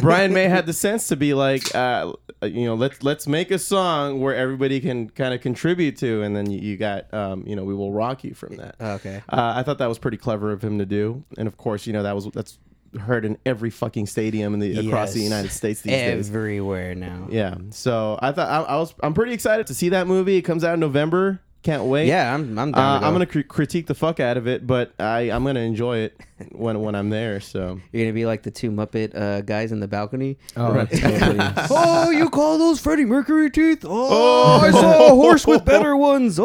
A: Brian May had the sense to be like, uh, you know, let's let's make a song where everybody can kind of contribute to, and then you, you got, um, you know, we will rock you from that.
C: Oh, Okay.
A: Uh, I thought that was pretty clever of him to do, and of course, you know, that was that's heard in every fucking stadium in the across the
C: Yes.
A: United States these days.
C: Everywhere now.
A: Yeah. So I thought I, I was. I'm pretty excited to see that movie. It comes out in November. Can't wait.
C: Yeah, I'm- I'm
A: Uh,
C: down to
A: I'm
C: go.
A: gonna cr- critique the fuck out of it, but I I'm gonna enjoy it when when I'm there. So
C: You're gonna be like the two Muppet uh, guys in the balcony.
B: Oh, totally.
C: Oh, you call those Freddie Mercury teeth? Oh, I saw a horse with better ones. Oh,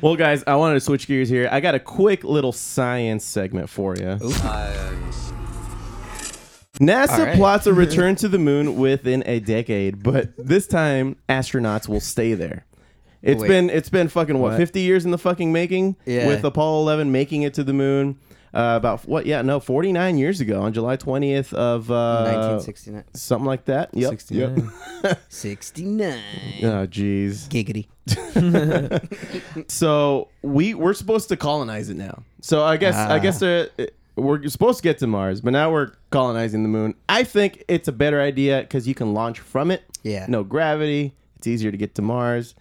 A: well, guys, I wanted to switch gears here. I got a quick little science segment for you. NASA
C: right.
A: plots a return to the moon within a decade, but this time astronauts will stay there. It's
C: Wait.
A: been it's been fucking what,
B: What?
A: 50 years in the fucking making
C: Yeah.
A: with Apollo 11 making it to the moon uh, about what yeah no 49 years ago on July 20th of uh,
C: 1969.
A: something like that yep, yep.
B: 69.
C: 69.
A: oh jeez
C: Giggity.
A: So we we're supposed to colonize it now. So I guess I guess uh, we're supposed to get to Mars, but now we're colonizing the moon. I think it's a better idea because you can launch from it.
C: Yeah.
A: No gravity. It's easier to get to Mars.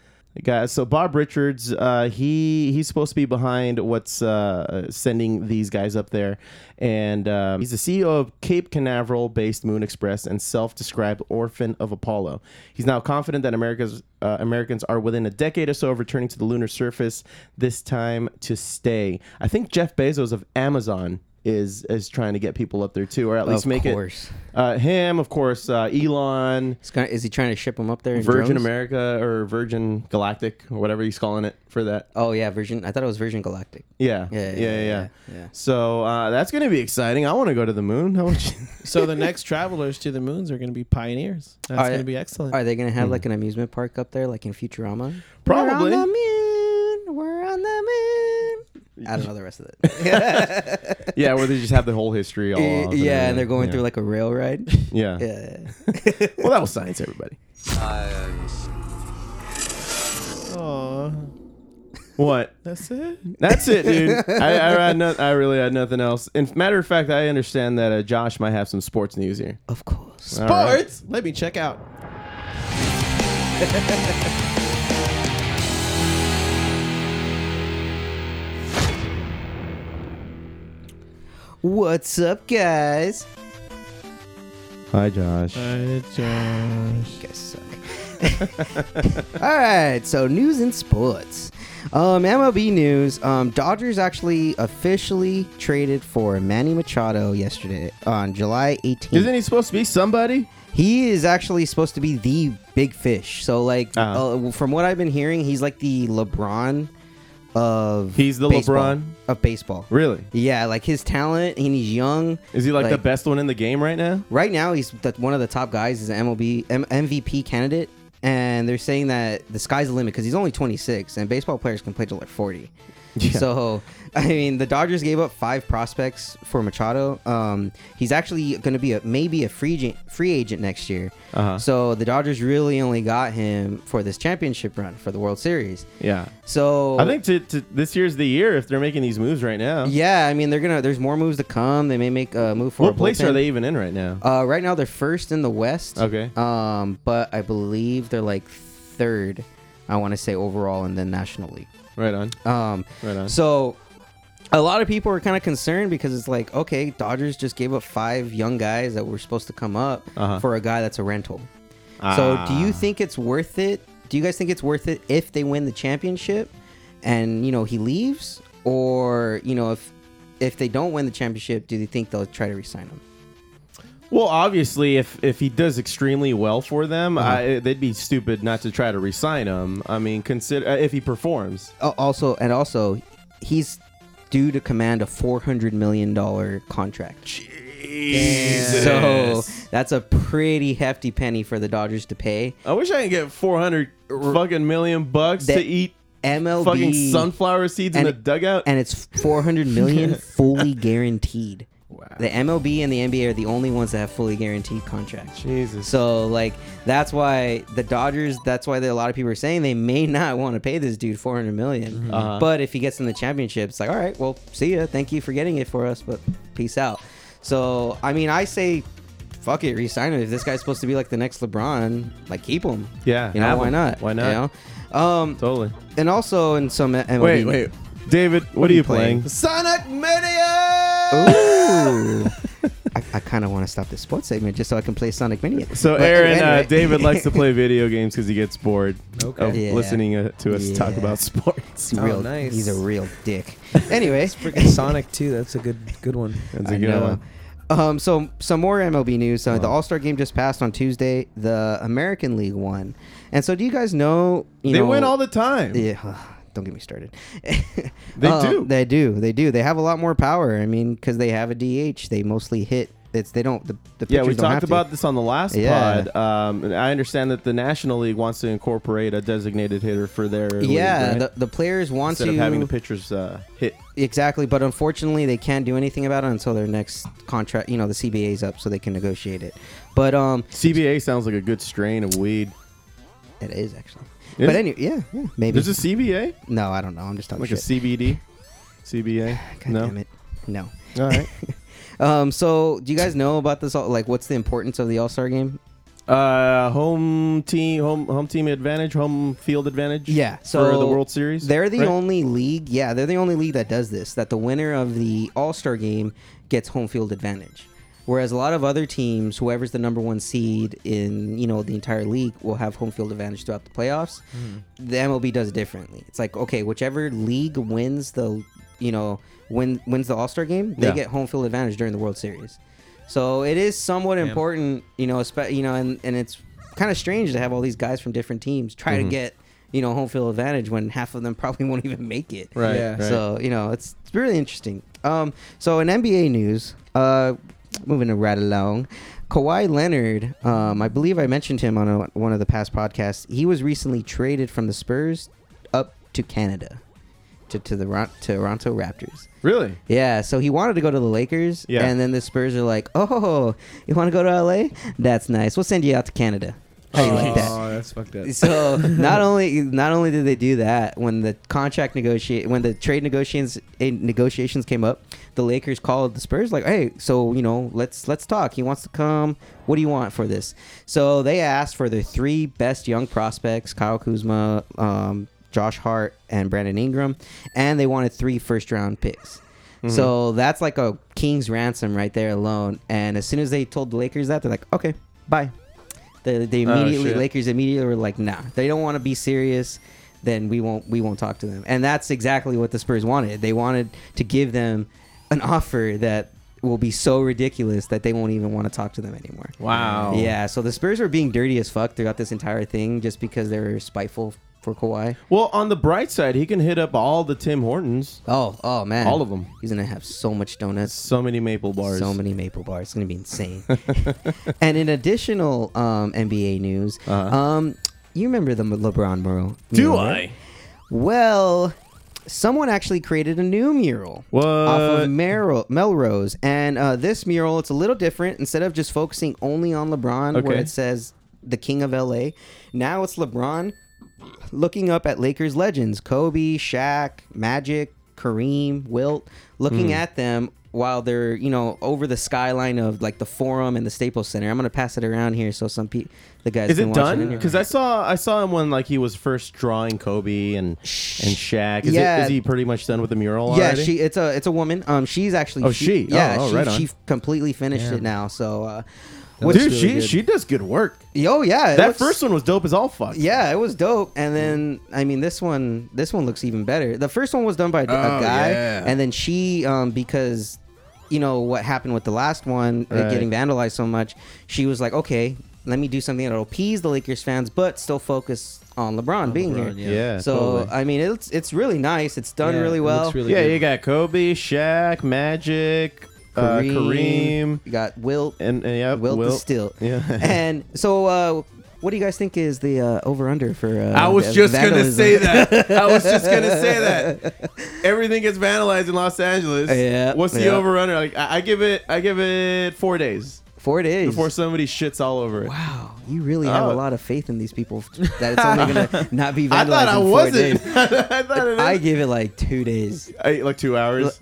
A: Guys, so Bob Richards, uh, he he's supposed to be behind what's uh, sending these guys up there, and um, he's the CEO of Cape Canaveral-based Moon Express and self-described orphan of Apollo. He's now confident that America's uh, Americans are within a decade or so of returning to the lunar surface, this time to stay. I think Jeff Bezos of Amazon is is trying to get people up there too, or at least
C: Of
A: make
C: course.
A: it. Uh, him, of course, uh, Elon.
C: is he trying to ship him up there? in
A: Virgin
C: drones?
A: America or Virgin Galactic or whatever he's calling it for that.
C: Oh yeah, Virgin. I thought it was Virgin Galactic.
A: Yeah,
C: Yeah,
A: yeah, yeah,
C: yeah,
A: yeah.
C: yeah, yeah.
A: So uh, that's gonna be exciting. I want to go to the moon. How much?
G: So the next travelers to the moons are going to be pioneers. That's
C: Are-
G: going to be excellent.
C: Are they going to have like an amusement park up there, like in Futurama?
A: Probably.
C: We're on the moon. We're on the moon. I don't know the rest of it.
A: yeah, where they just have the whole history all.
C: Eh,
A: up
C: yeah, and they're going
A: yeah.
C: through like a rail ride.
A: Yeah.
C: Yeah.
A: well, that was science, everybody.
K: Science.
G: Aw,
A: What?
G: that's it.
A: That's it, dude. I, I, had no, I really had nothing else. In matter of fact, I understand that uh, Josh might have some sports news here.
C: Of course.
G: Sports. Let me check out.
C: What's up, guys?
A: Hi, Josh.
G: Hi, Josh.
C: You guys suck. All right, so news and sports. Um, MLB news. Um, Dodgers actually officially traded for Manny Machado yesterday on July 18th.
A: Isn't he supposed to be somebody?
C: He is actually supposed to be the big fish. So, like,
A: Uh-huh.
C: uh, from what I've been hearing, he's like the LeBron of
A: He's the
C: baseball-
A: LeBron?
C: of baseball.
A: Really?
C: Yeah, like his talent, and he's young.
A: Is he like, the best one in the game right now?
C: Right now, he's the, one of the top guys. Is an MLB M- MVP candidate, and they're saying that the sky's the limit because he's only 26, and baseball players can play till like 40. So, I mean, the Dodgers gave up five prospects for Machado. Um, he's actually going to be a, maybe a free agent, free agent next year.
A: Uh-huh.
C: So the Dodgers really only got him for this championship run for the World Series.
A: Yeah.
C: So
A: I think to, to this year's the year if they're making these moves right now.
C: yeah, I mean, they're gonna. There's more moves to come. They may make a move for a
A: What place
C: bullpen.
A: are they even in right now?
C: Uh, right now they're first in the West.
A: Okay.
C: Um, but I believe they're like third. I want to say overall in the National League.
A: Right on.
C: Um,
A: Right on.
C: So, a lot of people are kind of concerned because it's like, okay, Dodgers just gave up five young guys that were supposed to come up
A: Uh-huh.
C: for a guy that's a rental. So, do
A: Ah.
C: you think it's worth it? Do you guys think it's worth it if they win the championship and you know he leaves, or you know if if they don't win the championship, do you think they'll try to resign him?
A: Well, obviously, if if he does extremely well for them, I, they'd be stupid not to try to re-sign him. I mean, consider uh, if he performs.
C: Al- also and also he's due to command a 400 million dollar contract so that's a pretty hefty penny for the dodgers to pay
A: I wish I could get four hundred fucking million bucks to
C: That
A: eat
C: mlb
A: fucking sunflower seeds in
C: and
A: the
C: it-
A: dugout.
C: and it's 400 million fully guaranteed the mlb and the nba are the only ones that have fully guaranteed contracts
A: Jesus.
C: so like that's why the dodgers that's why there, a lot of people are saying they may not want to pay this dude 400 million.
A: Uh-huh.
C: but if he gets in the championship it's like all right well see ya thank you for getting it for us but peace out so i mean i say fuck it resign him if this guy's supposed to be like the next lebron like keep him
A: Yeah,
C: you know
A: have
C: why
A: him.
C: not
A: Why
C: You
A: not?
C: know? um
A: Totally.
C: and also in some MLB
A: Wait, wait, David, what, are you playing?
G: Sonic Mania.
C: Ooh. I, I kind of want to stop this sports segment just so I can play Sonic Mania.
A: So
C: But
A: Aaron, uh,
C: anyway.
A: David likes to play video games because he gets bored of
C: Yeah.
A: listening uh, to us talk
C: Yeah.
A: about sports.
C: He's a real,
B: nice.
C: He's a real dick. Anyway,
B: Freaking Sonic too. That's a good good one.
A: That's
C: I
A: a good
C: know.
A: one.
C: Um, so some more MLB news. So
A: Oh.
C: the All Star Game just passed on Tuesday. The American League won, and so do you guys know? You
A: They
C: know,
A: win all the time.
C: Yeah. Don't get me started. Um,
A: They do.
C: They do. They do. They have a lot more power. I mean, because they have a DH, they mostly hit. It's they don't. The, the
A: Yeah, we
C: pitchers don't have
A: talked
C: to.
A: about this on the last
C: Yeah.
A: pod. Um, and I understand that the National League wants to incorporate a designated hitter for their
C: Yeah,
A: league, right?
C: the, the players want
A: instead
C: to
A: of having the pitchers uh, hit.
C: Exactly, but unfortunately, they can't do anything about it until their next contract. You know, the CBA's up, so they can negotiate it. But um,
A: CBA sounds like a good strain of weed.
C: it is actually.
A: Is
C: but
A: it?
C: anyway, yeah, yeah, maybe.
A: There's a CBA,
C: no, I don't know. I'm just talking
A: like
C: shit.
A: a CBD, CBA.
C: God
A: no,
C: damn it. No.
A: all right.
C: Um. So, do you guys know about this? All, like, what's the importance of the All Star Game?
A: Uh, home team, home home team advantage, home field advantage.
C: Yeah, so
A: for the World Series,
C: They're the
A: right?
C: only league. Yeah, they're the only league that does this. That the winner of the All Star game gets home field advantage, whereas a lot of other teams, whoever's the number one seed in you know the entire league, will have home field advantage throughout
A: Mm-hmm.
C: the playoffs. The MLB does it differently. It's like okay, whichever league wins the you know, win, wins the All Star game, they
L: Yeah.
C: get home field advantage during the World Series. So it is somewhat important, you know, espe- you know, and, and it's kind of strange to have all these guys from different teams try
L: Mhm.
C: to get, you know, home field advantage when half of them probably won't even make it.
L: Right, Yeah. right.
C: So you know, it's, it's really interesting. Um, so in NBA news, uh, moving right along, Kawhi Leonard, um, I believe I mentioned him on a, one of the past podcasts. He was recently traded from the Spurs up to Canada, to to the Ron- Toronto Raptors.
L: Really?
C: Yeah, so he wanted to go to the Lakers,
L: Yeah.
C: and then the Spurs are like, "Oh, you want to go to LA? That's nice. We'll send you out to Canada." How you like that?
B: Oh, that's fucked up.
C: So not only not only did they do that when the contract negotiate when the trade negotiations eh, negotiations came up, the Lakers called the Spurs like, "Hey, so you know, let's let's talk. He wants to come. What do you want for this?" So they asked for their three best young prospects: Kyle Kuzma, um, Josh Hart, and Brandon Ingram, and they wanted three first round picks.
M: Mhm.
C: So that's like a king's ransom right there alone. And as soon as they told the Lakers that, they're like, "Okay, bye." They, they
M: Oh,
C: immediately
M: shit.
C: Lakers immediately were like, nah, they don't want to be serious. Then we won't we won't talk to them. And that's exactly what the Spurs wanted. They wanted to give them an offer that will be so ridiculous that they won't even want to talk to them anymore.
L: Wow.
C: Yeah. So the Spurs were being dirty as fuck throughout this entire thing just because they were spiteful for Kawhi.
L: Well, on the bright side, he can hit up all the Tim Hortons.
C: Oh, oh man,
L: all of them.
C: He's gonna have so much donuts,
L: so many maple bars,
C: So many maple bars. It's gonna be insane. and in additional um, NBA news, um, you remember the LeBron mural?
L: Uh-huh. Do
C: mural, right? Well, someone actually created a new mural off of Merrill, Melrose, and uh, this mural it's a little different. Instead of just focusing only on LeBron, where
M: Okay.
C: it says the King of LA, now it's LeBron looking up at Lakers legends Kobe, Shaq, Magic, Kareem, Wilt, looking
L: Hmm.
M: Mm.
C: at them while they're, you know, over the skyline of like the forum and the Staples Center. I'm going to pass it around here so some people, the guys
L: Is it
C: can watch it.
L: done?
C: in here.
L: Because I saw I saw him when like he was first drawing Kobe and and Shaq. Is, it-
C: Yeah.
L: is he pretty much done with the mural
C: Yeah,
L: already?
C: she it's a it's a woman. Um, she's actually
L: Oh, she. Oh,
C: yeah
L: oh,
C: she,
L: right on.
C: she completely finished
L: Yeah.
C: it now. So uh,
L: Dude,
C: what's-
L: she she does good work.
C: Oh yeah, it
L: that
C: looks-
L: first one was dope as all fuck.
C: yeah, it was dope.
L: Hmm.
C: And then I mean this one this one looks even better. The first one was done by a, a
L: Oh,
C: guy,
L: yeah.
C: and then she um because you know what happened with the last one uh
M: Right.
C: getting vandalized so much, she was like, okay. Let me do something that'll appease the Lakers fans, but still focus on LeBron being
L: LeBron,
C: here.
L: yeah. Yeah,
C: So
L: totally.
C: I mean, it's it's really nice. It's done really well.
L: yeah, you got Kobe, Shaq, Magic, Kareem. Uh,
C: Kareem.
L: Kareem.
C: You got Wilt.
L: And, and yeah,
C: Wilt,
L: Wilt,
C: is still.
L: Yeah.
C: and so, uh, what do you guys think is the uh, over under for? Uh,
L: I was
C: the
L: just gonna
C: vandalism?
L: say that. I was just gonna say that. Everything gets vandalized in Los Angeles.
C: Yeah,
L: What's the
C: yeah.
L: over under? Like I, I give it I give it four days.
C: Four days.
L: Before somebody shits all over it.
C: Wow. You really have a
L: Oh.
C: lot of faith in these people that it's only gonna not be vandalized.
L: I thought I
C: in four
L: wasn't.
C: days.
L: I thought it
C: I
L: I,
C: give it like two days.
L: like two hours.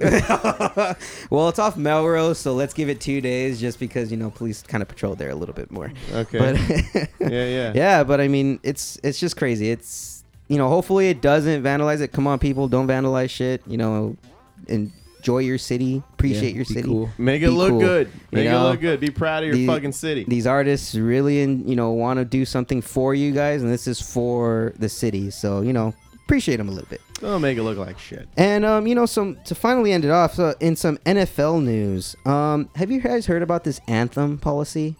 C: Well, it's off Melrose, so let's give it two days, just because you know police kind of patrol there a little bit more.
L: Okay.
C: But
L: Yeah, yeah.
C: yeah, but I mean, it's it's just crazy. It's you know, hopefully it doesn't vandalize it. Come on, people, don't vandalize shit. You know, enjoy your city, appreciate
L: Yeah,
C: your
L: be
C: city,
L: cool. Make it
C: Be
L: look good.
C: you
L: Make it
C: know?
L: look good. Be proud of your
C: The-
L: fucking city.
C: These artists really, in, you know, want to do something for you guys, and this is for the city. So you know, appreciate them a little bit.
L: Don't make it look like shit.
C: And um, you know, some to finally end it off so in some NFL news. Um, have you guys heard about this anthem policy?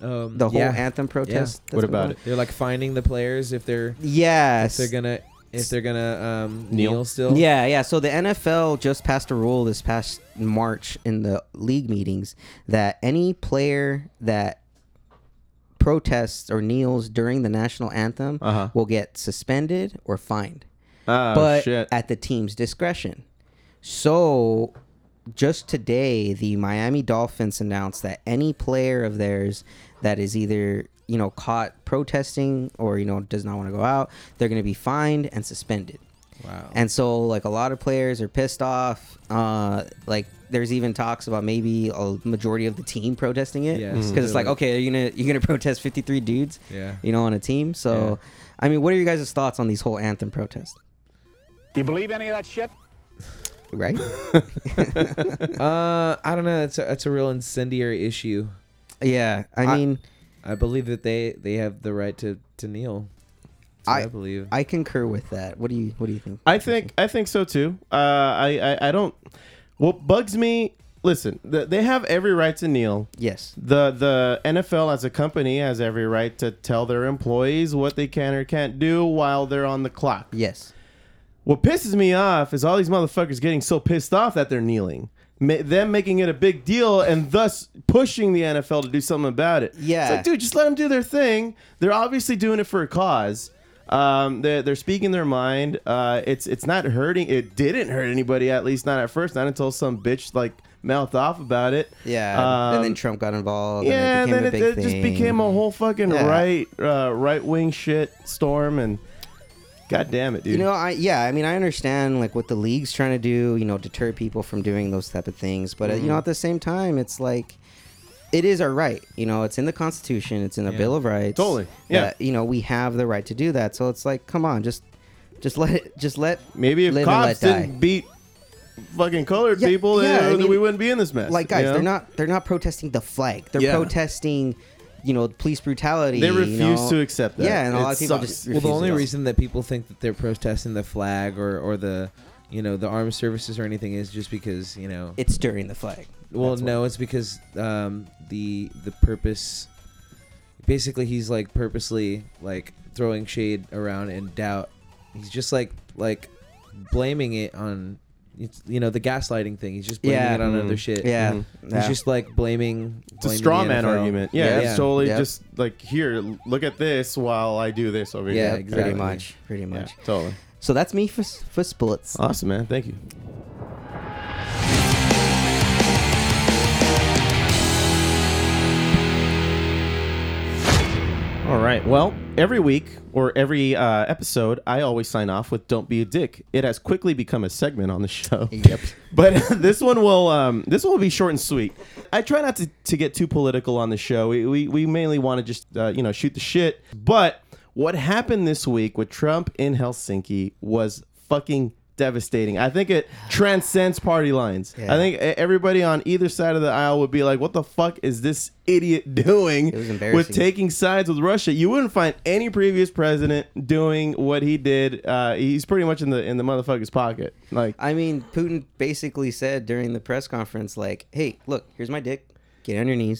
B: Um,
C: the whole
B: yeah.
C: anthem protest.
B: Yeah.
C: that's going on?
B: They're like finding the players if they're
C: Yes.
B: if they're gonna if they're gonna um,
C: Neil
B: kneel. still.
C: Yeah, yeah. So the NFL just passed a rule this past March in the league meetings that any player that protests or kneels during the national anthem will get suspended or fined.
L: Uh-huh. Oh,
C: but
L: shit.
C: at the team's discretion. So just today, the Miami Dolphins announced that any player of theirs that is either you know caught protesting or you know does not want to go out, they're going to be fined and suspended. Wow. And so like a lot of players are pissed off. Uh, like there's even talks about maybe a majority of the team protesting it
B: Yeah,
C: because
B: so
C: it's
B: they're
C: like
B: like-
C: okay, you're gonna you're gonna protest 53 dudes,
B: Yeah.
C: you know, on a team. So, I mean, what are your guys' thoughts on these whole anthem protests?
N: Do you believe any of that shit?
C: Right?
B: uh, I don't know. That's a, that's a real incendiary issue.
C: Yeah, I mean,
B: I believe that they they have the right to to kneel. what I believe.
C: I concur with that. What do you What do you think?
A: I think I think so too. Uh, I, I I don't. What bugs me? Listen, th- they have every right to kneel.
C: Yes.
A: The the NFL as a company has every right to tell their employees what they can or can't do while they're on the clock.
C: Yes.
A: What pisses me off is all these motherfuckers getting so pissed off that they're kneeling. Ma- them making it a big deal and thus pushing the NFL to do something about it.
C: Yeah.
A: It's like, dude, just let them do their thing. They're obviously doing it for a cause. Um, they're, they're speaking their mind. Uh, it's it's not hurting. It didn't hurt anybody, at least not at first, not until some bitch like mouthed off about it.
C: Yeah, and then
A: Um,
C: Trump got involved.
A: yeah,
C: and it became a
A: and then it,
C: big
A: it just
C: thing.
A: became a whole fucking
C: Yeah.
A: right uh, right wing shit storm, and god damn it, dude.
C: You know, I yeah, I mean, I understand like what the league's trying to do, you know, deter people from doing those type of things, but uh,
A: Mm-hmm.
C: you know,
B: Mhm.
C: at the same time, it's like it is our right. You know, it's in the Constitution, it's in the
B: Yeah.
C: Bill of Rights.
B: Totally. Yeah.
C: that, you know, we have the right to do that. So it's like, come on, just just let it, just let
A: Maybe if
C: live and
A: cops
C: let die.
A: didn't beat fucking colored
C: Yeah,
A: people,
C: yeah,
A: then
C: I mean,
A: we wouldn't be in this mess.
C: like guys,
A: you know?
C: they're not they're not protesting the flag. They're
A: Yeah.
C: protesting, you know, police brutality.
A: They
C: you
A: refuse
C: know?
A: to accept that.
C: Yeah, and a
A: It
C: lot of people
A: sucks.
C: just
B: well, the
C: refuse
B: only
C: to-
B: reason that people think that they're protesting the flag or, or the, you know, the armed services or anything is just because you know
C: it's during the flag.
B: Well,
C: That's
B: no, it's because um, the the purpose. Basically, he's like purposely like throwing shade around and doubt. He's just like like blaming it on it's, you know the gaslighting thing. He's just blaming
C: Yeah.
B: it on
C: Mhm.
B: other shit.
C: Yeah. Mm-hmm.
B: Mhm.
C: Yeah.
B: he's just like blaming.
A: It's a
B: blaming
A: straw
B: the
A: man
B: NFL.
A: argument. Yeah, it's totally
B: Yep.
A: just like here, look at this while I do this over
C: Yeah,
A: here.
C: pretty much, pretty much.
A: totally.
C: So that's me for for splits.
A: Awesome, man. Thank you. All right. Well, every week or every uh, episode, I always sign off with "Don't be a dick." It has quickly become a segment on the show.
C: Yep.
A: but uh, this one will um, this one will be short and sweet. I try not to, to get too political on the show. We we, we mainly want to just uh, you know shoot the shit. But what happened this week with Trump in Helsinki was fucking devastating. I think it transcends party lines. I think e- everybody on either side of the aisle would be like, "What the fuck is this idiot doing?" It was
C: embarrassing.
A: With taking sides with Russia, you wouldn't find any previous president doing what he did. Uh, he's pretty much in the in the motherfucker's pocket. Like
C: I mean, Putin basically said during the press conference, like, "Hey, look, here's my dick. Get on your knees,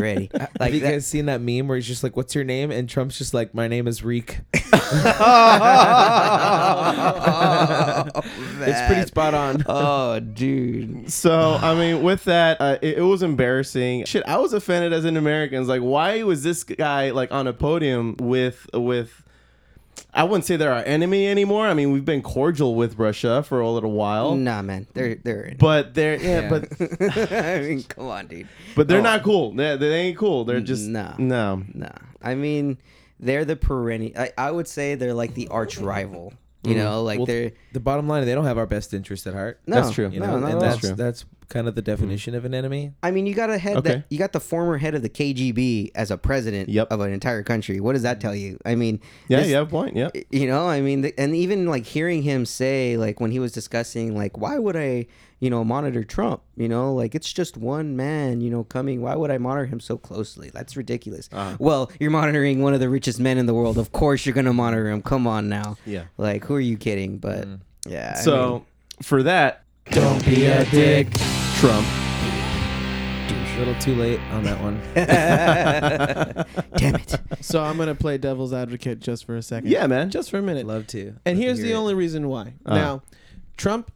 C: ready."
B: Have
C: Like
B: you
C: that-
B: guys seen that meme where he's just like, "What's your name?" and Trump's just like, "My name is Reek." it's pretty
C: man.
B: spot on.
C: Oh, dude.
A: So I mean, with that, uh, it, it was embarrassing. Shit, I was offended as an American. It's Like, why was this guy like on a podium with with? I wouldn't say they're our enemy anymore. I mean, we've been cordial with Russia for a little while.
C: Nah, man, they're they're.
A: But they're yeah,
C: Mm. Yeah.
A: but
C: I mean, come on, dude.
A: but they're
C: Oh.
A: not cool. They, they ain't cool. They're just
C: no,
A: no,
C: no. I mean, they're the perennial. I, I would say they're like the arch rival. You know, like
B: Mm-hmm. Well,
C: they're
B: the bottom line. They don't have our best interest at heart.
C: No, That's true.
B: You
C: no,
B: know, and
C: not at all. Mm-hmm.
B: that's
C: That's true.
B: that's kind of the definition of an enemy.
C: I mean, you got a head
B: Okay.
C: that you got the former head of the KGB as a president of an entire country. What does that tell you? I mean,
A: Yeah,
C: this-
A: you have a point. Yeah.
C: you know, I mean, th- and even like hearing him say, like when he was discussing, like, why would I, you know, monitor Trump? You know, like it's just one man, you know, coming. Why would I monitor him so closely? That's ridiculous.
A: Uh-huh.
C: Well, you're monitoring one of the richest men in the world. Of course, you're gonna monitor him. Come on now.
A: Yeah. Mm-hmm.
C: Like, who are you kidding? But yeah. I
A: So
C: mean,
A: for that,
B: Don't be a dick.
A: Trump.
B: A little too late on that one.
C: Damn it.
G: So I'm gonna play devil's advocate just for a second.
A: Yeah, man.
G: Just for a minute.
B: Love to.
G: And here's
B: hear
G: the
B: it.
G: only reason why.
A: Uh.
G: Now, Trump,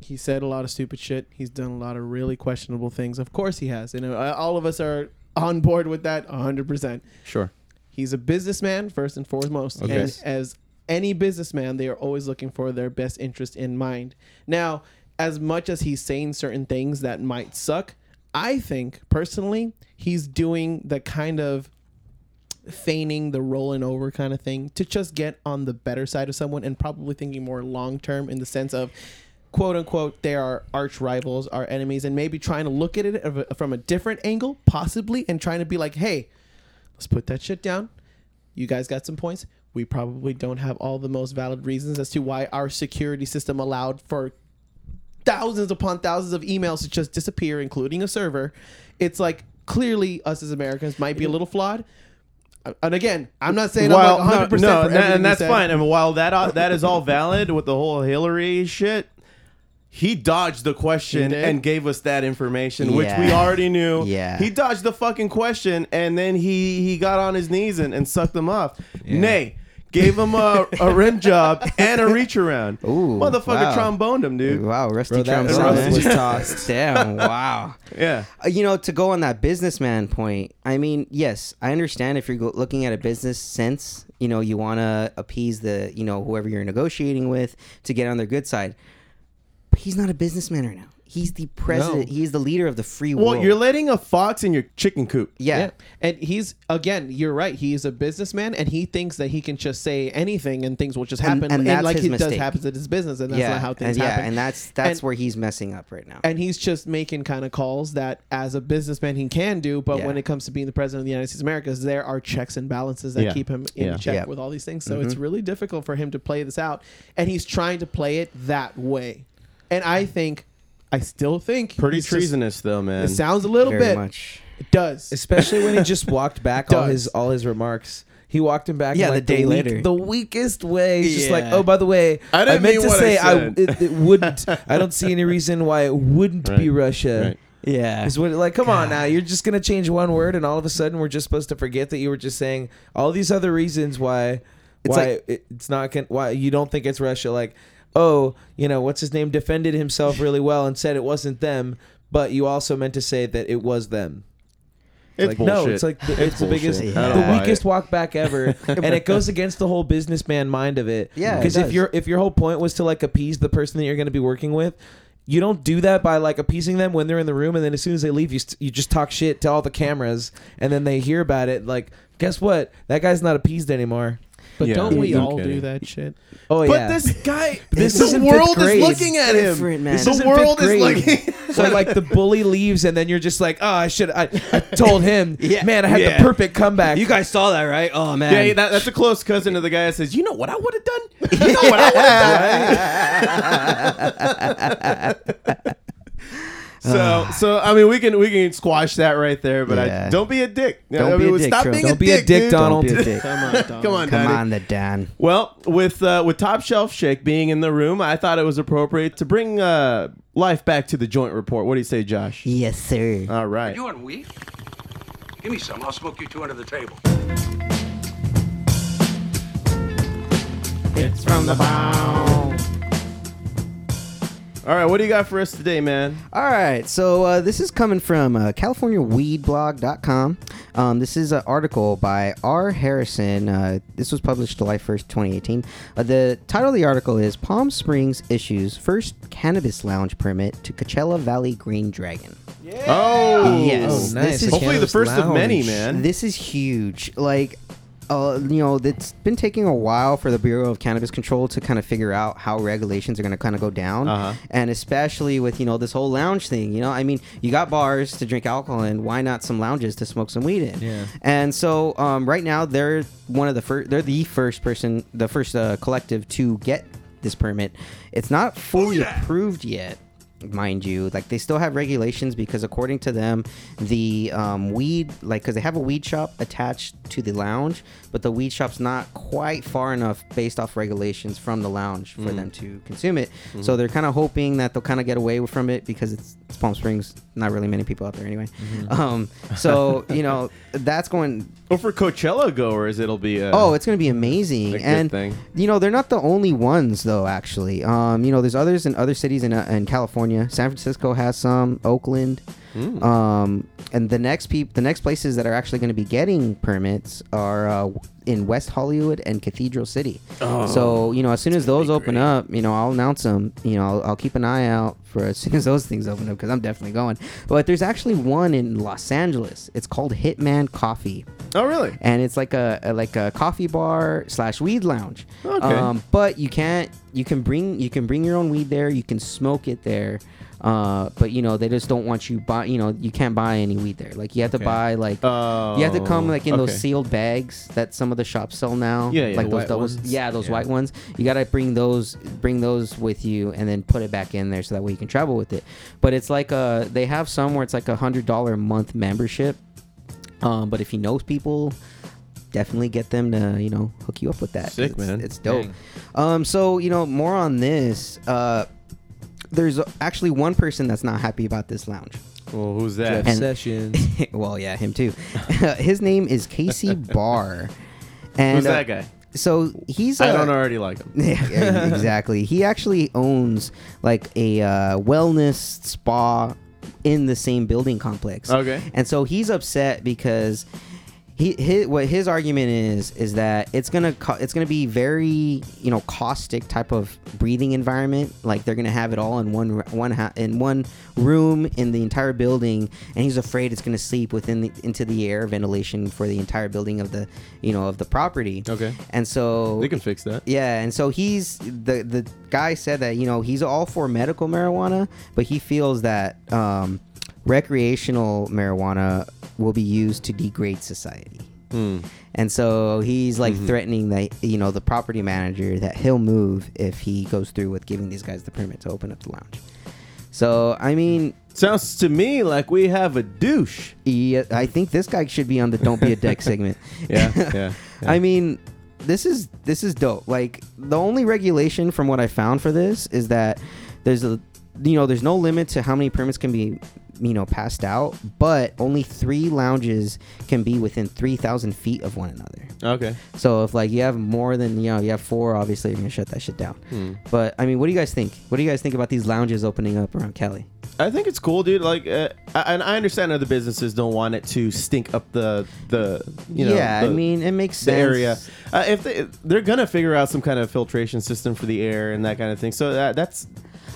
G: he said a lot of stupid shit. He's done a lot of really questionable things. Of course he has. And uh, all of us are on board with that 100%.
A: Sure.
G: He's a businessman first and foremost.
A: Okay.
G: And as any businessman, they are always looking for their best interest in mind. Now, as much as he's saying certain things that might suck, I think personally, he's doing the kind of feigning the rolling over kind of thing to just get on the better side of someone and probably thinking more long term in the sense of quote unquote they are arch rivals our enemies and maybe trying to look at it of a- from a different angle possibly and trying to be like hey let's put that shit down you guys got some points we probably don't have all the most valid reasons as to why our security system allowed for thousands upon thousands of emails to just disappear, including a server. It's like clearly us as Americans might be a little flawed. and again, I'm not saying
A: While-
G: I'm like 100%
A: no, no,
G: for
A: and, that-
G: everything
A: and
G: he
A: that's
G: said.
A: fine. And while that uh, that is all valid with the whole Hillary shit, he dodged the question
G: He did.
A: and gave us that information, which we
G: Yeah.
A: already knew.
G: Yeah.
A: he dodged the fucking question, and then he he got on his knees and, and sucked them off. Nay. Gave him a, a rim job and a reach around. Ooh, motherfucker,
C: wow.
A: tromboned him, dude.
C: Wow, Rusty
A: Bro, that
C: Trombone
A: roast was
C: man.
A: tossed.
C: Damn, wow.
A: Yeah.
C: Uh, You know, to go on that businessman point, I mean, yes, I understand if you're go- looking at a business sense, you know, you want to appease the, you know, whoever you're negotiating with to get on their good side. But he's not a businessman right now. He's the president.
G: No.
C: He's the leader of the free
A: Well,
C: world.
A: you're letting a fox in your chicken coop.
C: Yeah.
G: And he's again, you're right. He is a businessman, and he thinks that he can just say anything, and things will just
C: And-
G: happen.
C: and that's
G: like
C: his
G: he does
C: mistake.
G: happens at his business, and that's
C: yeah,
G: not how things
C: and,
G: happen.
C: Yeah, and that's that's
G: And-
C: where he's messing up right now.
G: and he's just making kind of calls that as a businessman he can do but
C: Yeah.
G: when it comes to being the president of the united states of america there are checks and balances that
A: Yeah.
G: keep him in
A: Yeah.
G: check
A: Yeah.
G: with all these things so it's
A: Mhm.
G: really difficult for him to play this out and he's trying to play it that way and i think i still think
A: Pretty
G: he's just-
A: treasonous, though, man.
G: it sounds a little
C: Very
G: bit
C: much.
G: it does
B: especially when he just walked back all
G: Does.
B: his all his remarks. He walked him back. in,
C: Yeah,
B: like,
C: the day
B: weak-
C: later.
B: the weakest way. He's Just like,
C: Yeah.
B: oh, by the way,
A: I
B: I,
A: didn't
B: meant
A: mean
B: to
A: what I
B: say I,
A: said."
B: it, it wouldn't. I don't see any reason why it wouldn't be Russia.
A: right.
C: Yeah.
B: Is what like come on now you're just gonna change one word and all of a sudden we're just supposed to forget that you were just saying all these other reasons why why
C: It's like-
B: it- it's not gonna why you don't think it's Russia like oh you know what's his name defended himself really well and said it wasn't them but you also meant to say that it was them
A: It's
B: like,
A: bullshit.
B: No, it's like the, it's, the
A: bullshit.
B: biggest,
A: I don't
B: the
A: buy
B: weakest
A: it.
B: walk back ever, and it goes against the whole businessman mind of it.
C: Yeah, it
B: because if
C: does.
B: your if your whole point was to like appease the person that you're going to be working with. You don't do that by like appeasing them when they're in the room, and then as soon as they leave, you st- you just talk shit to all the cameras, and then they hear about it. Like, guess what? That guy's not appeased anymore.
G: but
A: Yeah,
G: don't we
A: no
G: all
A: kidding.
G: do that shit
B: Oh
A: But
B: yeah.
A: this guy,
B: This
A: the
B: isn't
A: world
B: fifth
A: is
B: grade.
A: looking at him.
C: Different, man.
A: This
C: This
A: the
B: isn't
A: world
B: fifth
A: is
B: grade.
A: looking.
B: so like the bully leaves, and then you're just like, oh, I should. I, I told him,
C: Yeah.
B: man, I had
A: Yeah.
B: the perfect comeback.
C: You guys saw that, right? Oh man.
A: yeah, that, that's a close cousin of the guy that says, "You know what I would have done? You know what I would have done." So, so I mean, we can we can squash that right there, but I,
C: Yeah.
A: don't be a dick. Yeah,
C: Don't
A: I
C: be
A: mean,
C: a dick,
A: Stop
C: Trump.
A: being a
B: Don't be a
A: dick,
B: dick,
A: dude.
B: Donald.
C: Don't be a dick.
G: come on Donald.
A: Come on,
C: Come
A: Donnie.
C: on, the Dan.
A: Well, with uh, with Top Shelf Shake being in the room, I thought it was appropriate to bring uh, life back to the joint report. What do you say, Josh?
C: Yes, sir.
A: All right.
O: You on weed? Give me some. I'll smoke you two under the table.
G: it's from the bow
A: All right, what do you got for us today, man?
C: All right, so uh, this is coming from uh, CaliforniaWeedBlog.com. Um, this is an article by R. Harrison. Uh, this was published July 1st, 2018. Uh, the title of the article is Palm Springs Issues First Cannabis Lounge Permit to Coachella Valley Green Dragon.
A: Oh,
C: Yes.
B: nice.
C: This is
A: Hopefully, the
B: Cannabis
A: first of
B: Lounge.
A: many, man.
C: This is huge. Like, uh, you know, it's been taking a while for the Bureau of Cannabis Control to kind of figure out how regulations are going to kind of go down,
A: Uh-huh.
C: and especially with you know this whole lounge thing. You know, I mean, you got bars to drink alcohol in. Why not some lounges to smoke some weed in?
B: Yeah.
C: And so um, right now they're one of the first. They're the first person, the first uh, collective to get this permit. It's not fully approved yet, mind you. Like they still have regulations because according to them, the um, weed, like, because they have a weed shop attached to the lounge, but the weed shop's not quite far enough based off regulations from the lounge for them to consume it. So they're kind of hoping that they'll kind of get away from it because it's, it's Palm Springs. Not really many people out there anyway. Um, so you know that's going
A: Well, for Coachella goers, it'll be. Uh,
C: oh it's going to be amazing
A: a good
C: and
A: thing.
C: you know they're not the only ones though actually um, you know there's others in other cities in, uh, in california san francisco has some oakland
A: Hmm.
C: um, and the next peop- the next places that are actually going to be getting permits are uh, in west hollywood and cathedral city
A: Oh.
C: so you know as soon as those open up you know i'll announce them you know I'll, I'll keep an eye out for as soon as those things open up because i'm definitely going but there's actually one in los angeles it's called hitman coffee
A: oh, really?
C: and it's like a, a- like a coffee bar slash weed lounge. Um,
A: Okay.
C: but you can't. You can bring you can bring your own weed there. You can smoke it there. Uh, but you know they just don't want you buy. You know you can't buy any weed there. Like you have to buy like
A: Oh,
C: you have to come like in
A: okay.
C: those sealed bags that some of the shops sell now.
A: Yeah, yeah,
C: like
A: the
C: those
A: white
C: doubles.
A: ones.
C: Yeah, those
A: Yeah.
C: white ones. You gotta bring those bring those with you and then put it back in there so that way you can travel with it. But it's like a they have some where it's like a hundred dollar a month membership. Um, but if you know people, definitely get them to you know hook you up with that.
A: Sick,
C: It's-
A: man.
C: It's dope.
A: Dang.
C: Um, so you know more on this. Uh, there's actually one person that's not happy about this lounge.
A: Well, who's that?
C: And-
B: Sessions.
C: well, yeah, him too. His name is Casey Barr. And
A: Who's
C: uh,
A: that guy?
C: So he's.
A: I
C: uh,
A: don't already like him.
C: yeah, yeah, e-, exactly. He actually owns like a uh, wellness spa in the same building complex.
A: Okay.
C: And so he's upset because he his, what his argument is is that it's gonna co- it's gonna be very you know caustic type of breathing environment. Like they're gonna have it all in one r- one ha- in one room in the entire building, and he's afraid it's gonna sleep within the, into the air ventilation for the entire building of the you know of the property.
A: Okay.
C: And so
A: They can fix that.
C: yeah, and so he's the the guy said that you know he's all for medical marijuana, but he feels that um, recreational marijuana will be used to degrade society. And so he's like
M: Mhm.
C: threatening that you know the property manager that he'll move if he goes through with giving these guys the permit to open up the lounge. So I mean,
A: sounds to me like we have a douche.
C: Yeah, I think this guy should be on the "Don't Be a Dick" segment.
A: Yeah, yeah, yeah.
C: I mean, this is this is dope. Like the only regulation from what I found for this is that there's a you know there's no limit to how many permits can be you know passed out, but only three lounges can be within three thousand feet of one another.
A: Okay.
C: So if like you have more than you know you have four, obviously you're gonna shut that shit down.
A: Hmm.
C: But I mean, what do you guys think? What do you guys think about these lounges opening up around Cali?
A: I think it's cool, dude. Like, uh, I- and I understand other businesses don't want it to stink up the the you know.
C: Yeah, I
A: the-
C: mean, it makes
A: the area.
C: sense.
A: Uh, if they they're gonna figure out some kind of filtration system for the air and that kind of thing, so that that's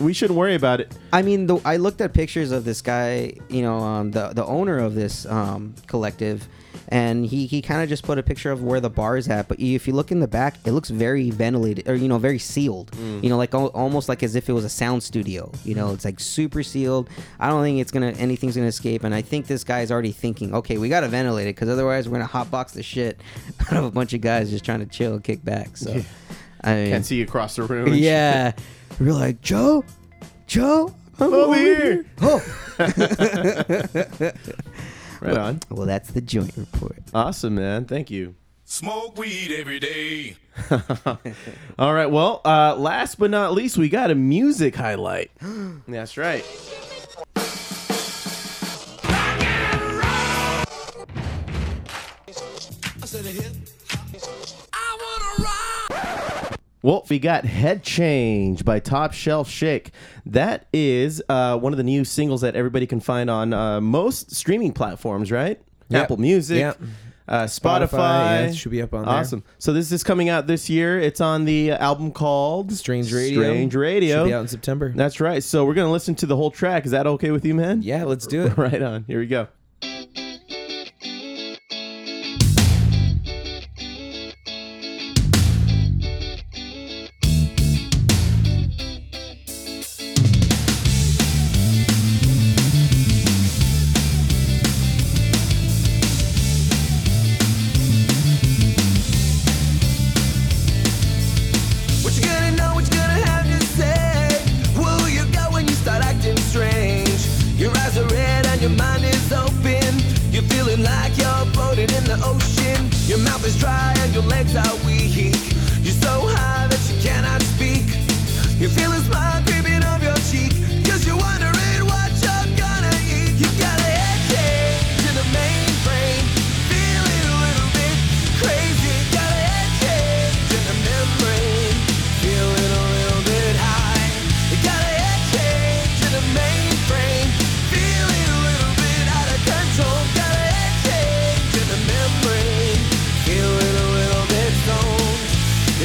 A: we shouldn't worry about it.
C: I mean, the, I looked at pictures of this guy, you know, um, the the owner of this um, collective, and he, he kind of just put a picture of where the bar is at. But if you look in the back, it looks very ventilated, or you know, very sealed.
M: Mm.
C: You know, like al- almost like as if it was a sound studio. You know, it's like super sealed. I don't think it's gonna anything's gonna escape. And I think this guy's already thinking, okay, we gotta ventilate it because otherwise we're gonna hotbox the shit out of a bunch of guys just trying to chill, kick back. So.
A: Yeah.
C: I mean,
A: Can't see across the room and
C: Yeah,
A: shit.
C: we're like Joe, Joe, I'm
A: Over here.
C: Oh.
A: Right on.
C: Well, that's the joint report.
A: Awesome, man. Thank you.
P: Smoke weed every day.
A: All right. Well, uh, last but not least, we got a music highlight. That's right. Well, we got Head Change by Top Shelf Shake. That is uh, one of the new singles that everybody can find on uh, most streaming platforms, right?
B: Yep.
A: Apple Music,
B: Yep.
A: uh, Spotify.
B: Spotify, yeah, it should be up on there.
A: Awesome. So this is coming out this year. It's on the uh, album called Strange
B: Radio.
A: Strange Radio.
B: Should be out in September.
A: That's right. So we're going to listen to the whole track. Is that okay with you, man? Yeah, let's do it. right on. Here we go.
M: What you gonna know, what you gonna have to say? Will you go when you start acting strange? Your eyes are red and your mind is open. You're feeling like you're floating in the ocean. Your mouth is dry and your legs are weak. You're so high that you cannot speak. You feel a smile creeping up your cheek. Cause you're wondering what you're gonna eat. You got a headache to the mainframe. Feeling a little bit crazy. Got a headache to the membrane. Feeling a little bit high. Got a headache to the mainframe. Feeling a little bit out of control. Got a headache to the membrane. Feeling a little bit so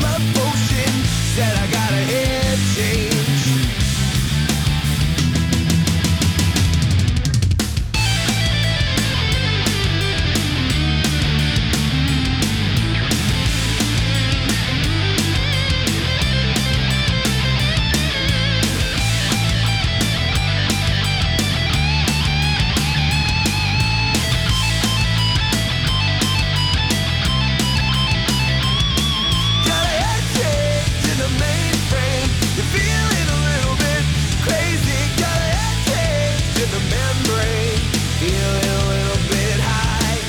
E: my potion. Said I got a head change. Got a head change in the mainframe. You're feeling a little bit crazy. Got a head change in the membrane. Feeling a little bit high.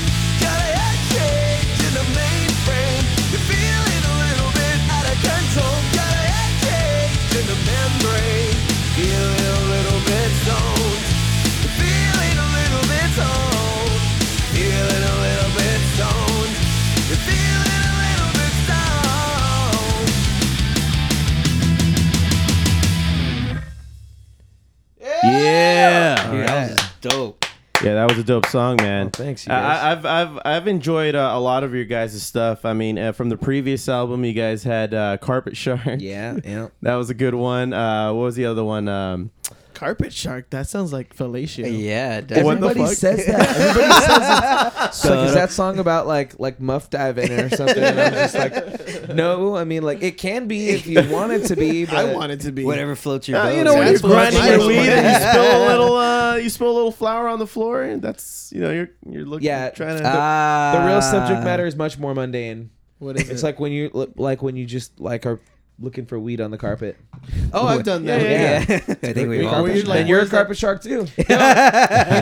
E: Got a head change in the mainframe. You're feeling a little bit out of control. Got a head change in the membrane. Feeling a little bit zoned. Feeling a little bit zoned. Feeling a little bit zoned. You're feeling a little bit zoned.
C: Yeah.
A: All
C: Dude, that
A: right.
C: was dope.
A: Yeah, that was a dope song, man.
B: Oh, thanks, you guys.
A: I, I've I've I've enjoyed uh, a lot of your guys' stuff. I mean, uh, from the previous album, you guys had uh, Carpet Shark.
C: Yeah, yeah.
A: that was a good one. Uh, what was the other one? Um,
G: Carpet shark. That sounds like fellatio.
C: Yeah,
A: What the
B: Everybody
A: fuck?
B: says that. Everybody says it's, it's like, is that song about like like muff diving or something? And I'm just like, no. I mean, like it can be if you want it to be. But
G: I want it to be.
C: Whatever floats your
A: Uh,
C: boat.
A: you know when you're
G: That's what
A: grinding
G: I
A: your
G: was
A: weed
G: wondering.
A: and you spill a little uh, you spill a little flour on the floor and that's you know you're you're looking
B: Yeah, uh,
A: trying to
B: the, the real subject matter is much more mundane.
G: Ah. What is
B: It's
G: it?
B: like when you li- like when you just like are looking for weed on the carpet.
G: Oh, I've done that.
B: Yeah, yeah, yeah.
C: I think
B: You're
C: we've
B: a
C: all
B: carpet
C: done
B: shark.
G: like,
B: Then you're a
G: where's that-
B: carpet shark too.
G: you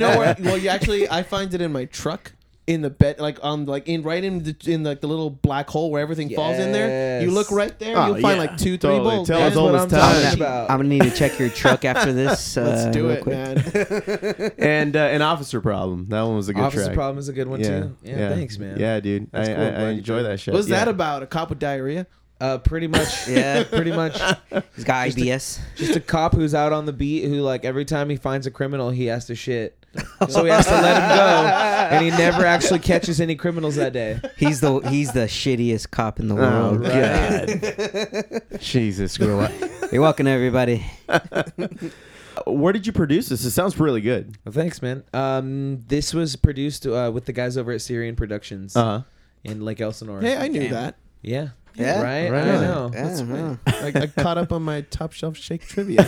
G: know where? Well, you actually, I find it in my truck, in the bed, like on, like in right in the in like the little black hole where everything falls in there. You look
B: Yes.
G: right there,
A: Oh,
G: you'll find
A: yeah.
G: like two, three
A: Totally.
G: bolts.
A: Tell us
G: That's
A: all
G: what
A: this
G: I'm
A: time.
G: talking
A: I'm
G: about.
B: about.
C: I'm gonna need to check your truck after this.
G: Let's
C: uh,
G: do
C: real
G: it,
C: quick.
G: man.
A: and uh, an officer problem. That one was a good
B: Officer
A: track.
B: problem is a good one
A: yeah.
B: too. Yeah, thanks, man.
A: Yeah, dude, I,
B: That's cool.
A: I,
B: I'm
A: I
B: glad you
A: enjoy
B: did.
A: that shit.
G: What's
A: yeah.
G: that about? A cop with diarrhea?
B: Uh, pretty much.
C: Yeah.
B: pretty much.
C: He's got IBS.
B: Just a cop who's out on the beat who, like, every time he finds a criminal, he has to shit. So he has to let him go, and he never actually catches any criminals that day.
C: He's the he's the shittiest cop in the
A: Oh,
C: world.
A: God. Jesus, we're wa-
C: You're welcome, everybody.
A: where did you produce this? It sounds really good.
B: Well, thanks, man. Um, this was produced uh, with the guys over at Syrian Productions
A: Uh huh.
B: in Lake Elsinore.
G: Hey, I knew that.
B: yeah.
C: Yeah.
B: Right?
A: Right
B: I
A: on.
B: know.
C: That's right.
G: Like I caught up on my top shelf shake trivia.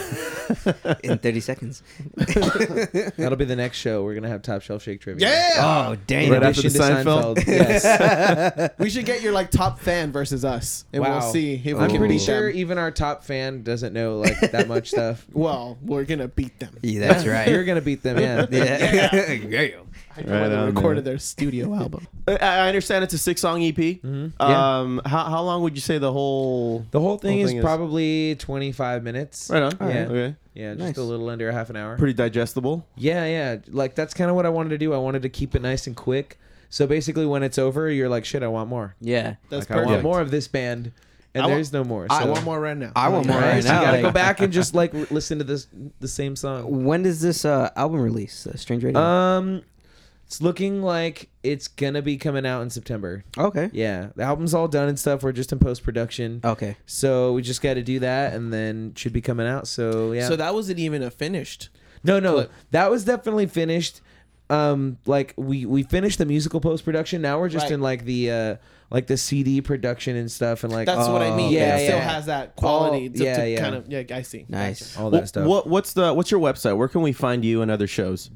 C: In 30 seconds.
B: That'll be the next show. We're going to have Top Shelf Shake Trivia.
G: yeah,
C: Oh
B: In
C: damn!
A: Right after
B: addition
A: the
B: to
A: Seinfeld?
B: Yes.
G: we should get your like top fan versus us, and
B: Wow.
G: we'll see if
B: I'm
G: we can
B: pretty
G: beat
B: sure
G: them.
B: even our top fan doesn't know, like, that much stuff.
G: Well, we're gonna beat them.
C: Yeah, that's right.
B: You're going to beat them, yeah.
C: yeah. Yeah.
G: I know
A: Right
G: when they
A: on,
G: recorded
A: man.
G: their studio album.
A: I, I understand it's a six song EP.
B: Mm-hmm. Yeah.
A: Um, how how long would you say the whole
B: The whole thing,
A: thing
B: is,
A: is-
B: probably 25 minutes.
A: right on?
B: yeah.
A: Okay.
B: Yeah, just
C: Nice.
B: a little under a half an hour.
A: Pretty digestible.
B: yeah, yeah. Like that's kind of what I wanted to do. I wanted to keep it nice and quick. So basically, when it's over, you're like, shit, I want more.
C: Yeah.
G: That's
B: I want
G: perfect.
B: more of this band, and
G: I wa-
B: there's no more. So.
G: I want more right now.
C: I want more
B: Right?
C: right
B: So you
C: now.
B: gotta go
C: like-
B: back and just like r- listen to this the same song.
C: When does this uh, album release? Uh, Strange Radio.
B: Um, it's looking like it's gonna be coming out in September.
C: okay.
B: Yeah, the album's all done and stuff. We're just in post production.
C: Okay.
B: So we just got to do that, and then it should be coming out. So yeah.
G: So that wasn't even a finished.
B: No, no,
G: Clip.
B: that was definitely finished. Um, like we we finished the musical post production. Now we're just
G: Right.
B: in like the uh like the CD production and stuff, and like
G: That's what I
C: Oh,
G: mean.
B: yeah,
G: it still
B: yeah.
G: has that quality. to,
B: yeah,
G: to
B: yeah.
G: Kind of, yeah, I see.
C: Nice.
B: all
A: What,
B: that stuff.
A: what what's the what's your website? Where can we find you and other shows?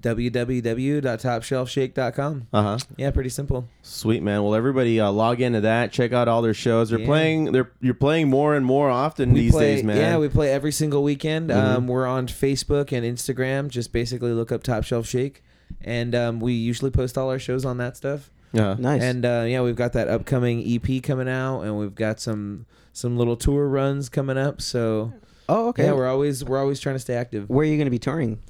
B: www.topshelfshake.com.
A: Uh huh.
B: Yeah, pretty simple.
A: Sweet man. Well, everybody, uh, log into that. Check out all their shows. They're
B: Yeah.
A: playing. They're you're playing more and more often
B: We
A: these
B: play,
A: days, man. Mm-hmm.
B: Yeah, we play every single weekend. Um, we're on Facebook and Instagram. Just basically look up Top Shelf Shake, and um, we usually post all our shows on that stuff.
A: Uh-huh.
C: Nice.
B: And uh, yeah, we've got that upcoming EP coming out, and we've got some some little tour runs coming up. So
C: oh, okay.
B: yeah, we're always we're always trying to stay active.
C: Where are you going to be touring?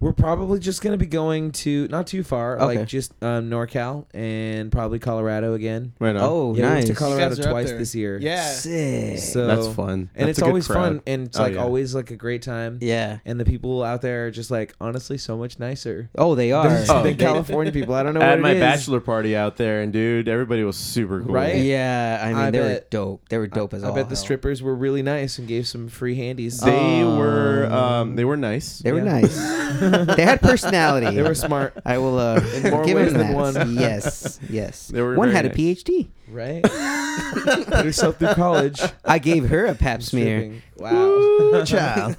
B: We're probably just gonna be going to not too far,
C: Okay.
B: like just um, NorCal and probably Colorado again.
A: Right on. Oh,
B: yeah, we went to
A: nice.
B: Colorado
A: You guys are up
B: twice
A: there.
B: this year.
A: Yeah. Sick.
B: So
A: That's fun.
B: and
A: That's
B: it's
A: a good
B: always
A: crowd.
B: fun, and it's
A: Oh,
B: like
A: yeah.
B: always like a great time.
C: Yeah.
B: And the people out there are just like honestly so much nicer.
C: Oh, they are.
B: than,
C: Oh,
B: than
C: they-
B: California people. I don't know.
A: I
B: what
A: had my
B: it is.
A: bachelor party out there, and dude, everybody was super cool.
B: Right?
C: Yeah, I mean they
B: bet-
C: were dope. They were dope as
B: I
C: all.
B: bet the strippers were really nice and gave some free handies.
A: Oh. They
B: Oh.
A: were um, they were nice.
C: They were nice. they had personality.
B: They were smart.
C: I will uh,
B: In more
C: give
B: ways
C: them
B: than
C: that.
B: one.
C: Yes, yes.
B: They were
C: one
B: very
C: had
B: nice.
C: a PhD.
B: Right. Put yourself through college.
C: I gave her a pap smear.
B: Stripping. Wow.
A: Child.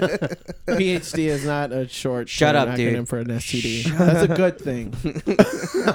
G: PhD is not a short
C: Shut
G: term
C: up,
G: acronym
C: dude.
G: for an STD.
C: Shut
G: That's a
C: up.
G: good thing.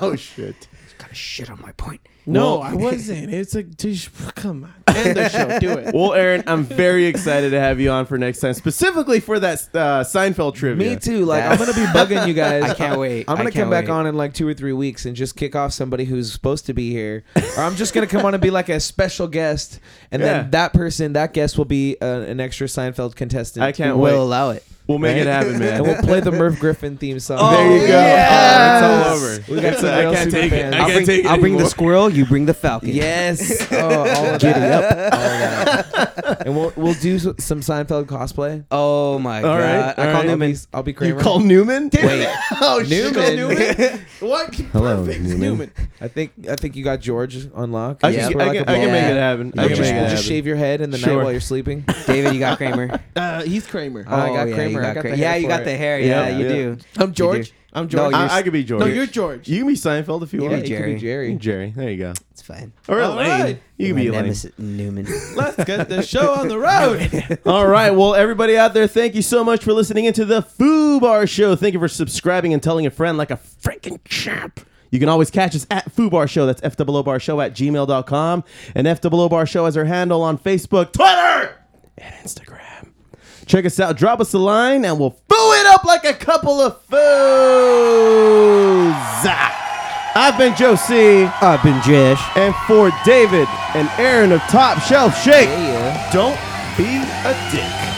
A: oh shit.
C: Got a shit on my point.
G: No,
A: Well-
G: I wasn't. It's a dish. Come on, end the show. Do it.
A: Well, Aaron, I'm very excited to have you on for next time, specifically for that uh, Seinfeld trivia.
B: Me too. Like I'm gonna be bugging you guys.
C: I can't wait.
B: I'm gonna
C: I can't
B: come back
C: wait.
B: on in like two or three weeks and just kick off somebody who's supposed to be here, or I'm just gonna come on and be like a special guest, and
A: Yeah.
B: then that person, that guest, will be uh, an extra Seinfeld contestant.
A: I can't
B: We
A: wait.
B: will.
C: allow it.
A: We'll make it happen, man.
B: And we'll play the Merv Griffin theme song.
A: there you go.
B: Oh,
A: Oh, it's all over.
B: We got
A: It's
B: some
A: a- I
B: real
A: can't
B: super
A: take it.
B: fans.
A: I can't
C: bring,
A: take it
C: I'll bring the
A: anymore.
C: squirrel. You bring the falcon.
B: Yes. Oh, all of
C: Giddy
B: that.
C: up.
B: All of that. And we'll we'll do s- some Seinfeld cosplay.
C: Oh my
A: All
C: god!
A: right, all
C: I call
A: right.
C: Newman.
B: I'll be, I'll be
A: You
B: Kramer.
A: call Newman?
B: Wait.
A: oh, shit.
B: Newman.
A: what?
B: Hello,
A: Perfect.
B: Newman. I think I think you got George on lock.
A: I
B: Just
A: can-
B: wear
A: I
B: like a
A: can- I can
B: bald
A: make
B: cap.
A: it happen. I
B: We'll
A: can
B: just,
A: make it
B: we'll
A: happen.
B: just shave your head in the
A: Sure.
B: night while you're sleeping.
C: David, you got Kramer.
G: Uh, he's Kramer.
B: I got
C: Oh, yeah,
B: Kramer.
C: You
B: I Oh, got the hair
C: Kramer. yeah,
B: for
C: you got
B: it.
C: the hair. Yeah,
A: Yeah,
C: you
A: yeah.
C: do.
G: I'm
C: You
G: George.
C: do.
G: I'm
C: No,
G: George.
C: you're-
A: I, I could be George.
G: No, you're George.
A: You can be Seinfeld if you
B: Yeah,
A: want.
B: you could
C: Jerry.
B: be Jerry.
A: Jerry. There you go.
C: It's fine.
A: Or
G: All
A: Elaine.
G: right.
A: You can
C: My
A: be Elaine.
C: nemesis, Newman.
G: Let's get the show on the road.
A: All right. Well, everybody out there, thank you so much for listening into the Foo Bar Show. Thank you for subscribing and telling a friend like a freaking champ. You can always catch us at Foo Bar Show. That's FOO Bar Show at gmail.com. And FOO Bar Show as our handle on Facebook, Twitter, and Instagram. Check us out. Drop us a line and we'll foo it up like a couple of foos. I've been Joe C.
C: I've been Josh.
A: And for David and Aaron of Top Shelf Shake,
B: Yeah.
A: don't be a dick.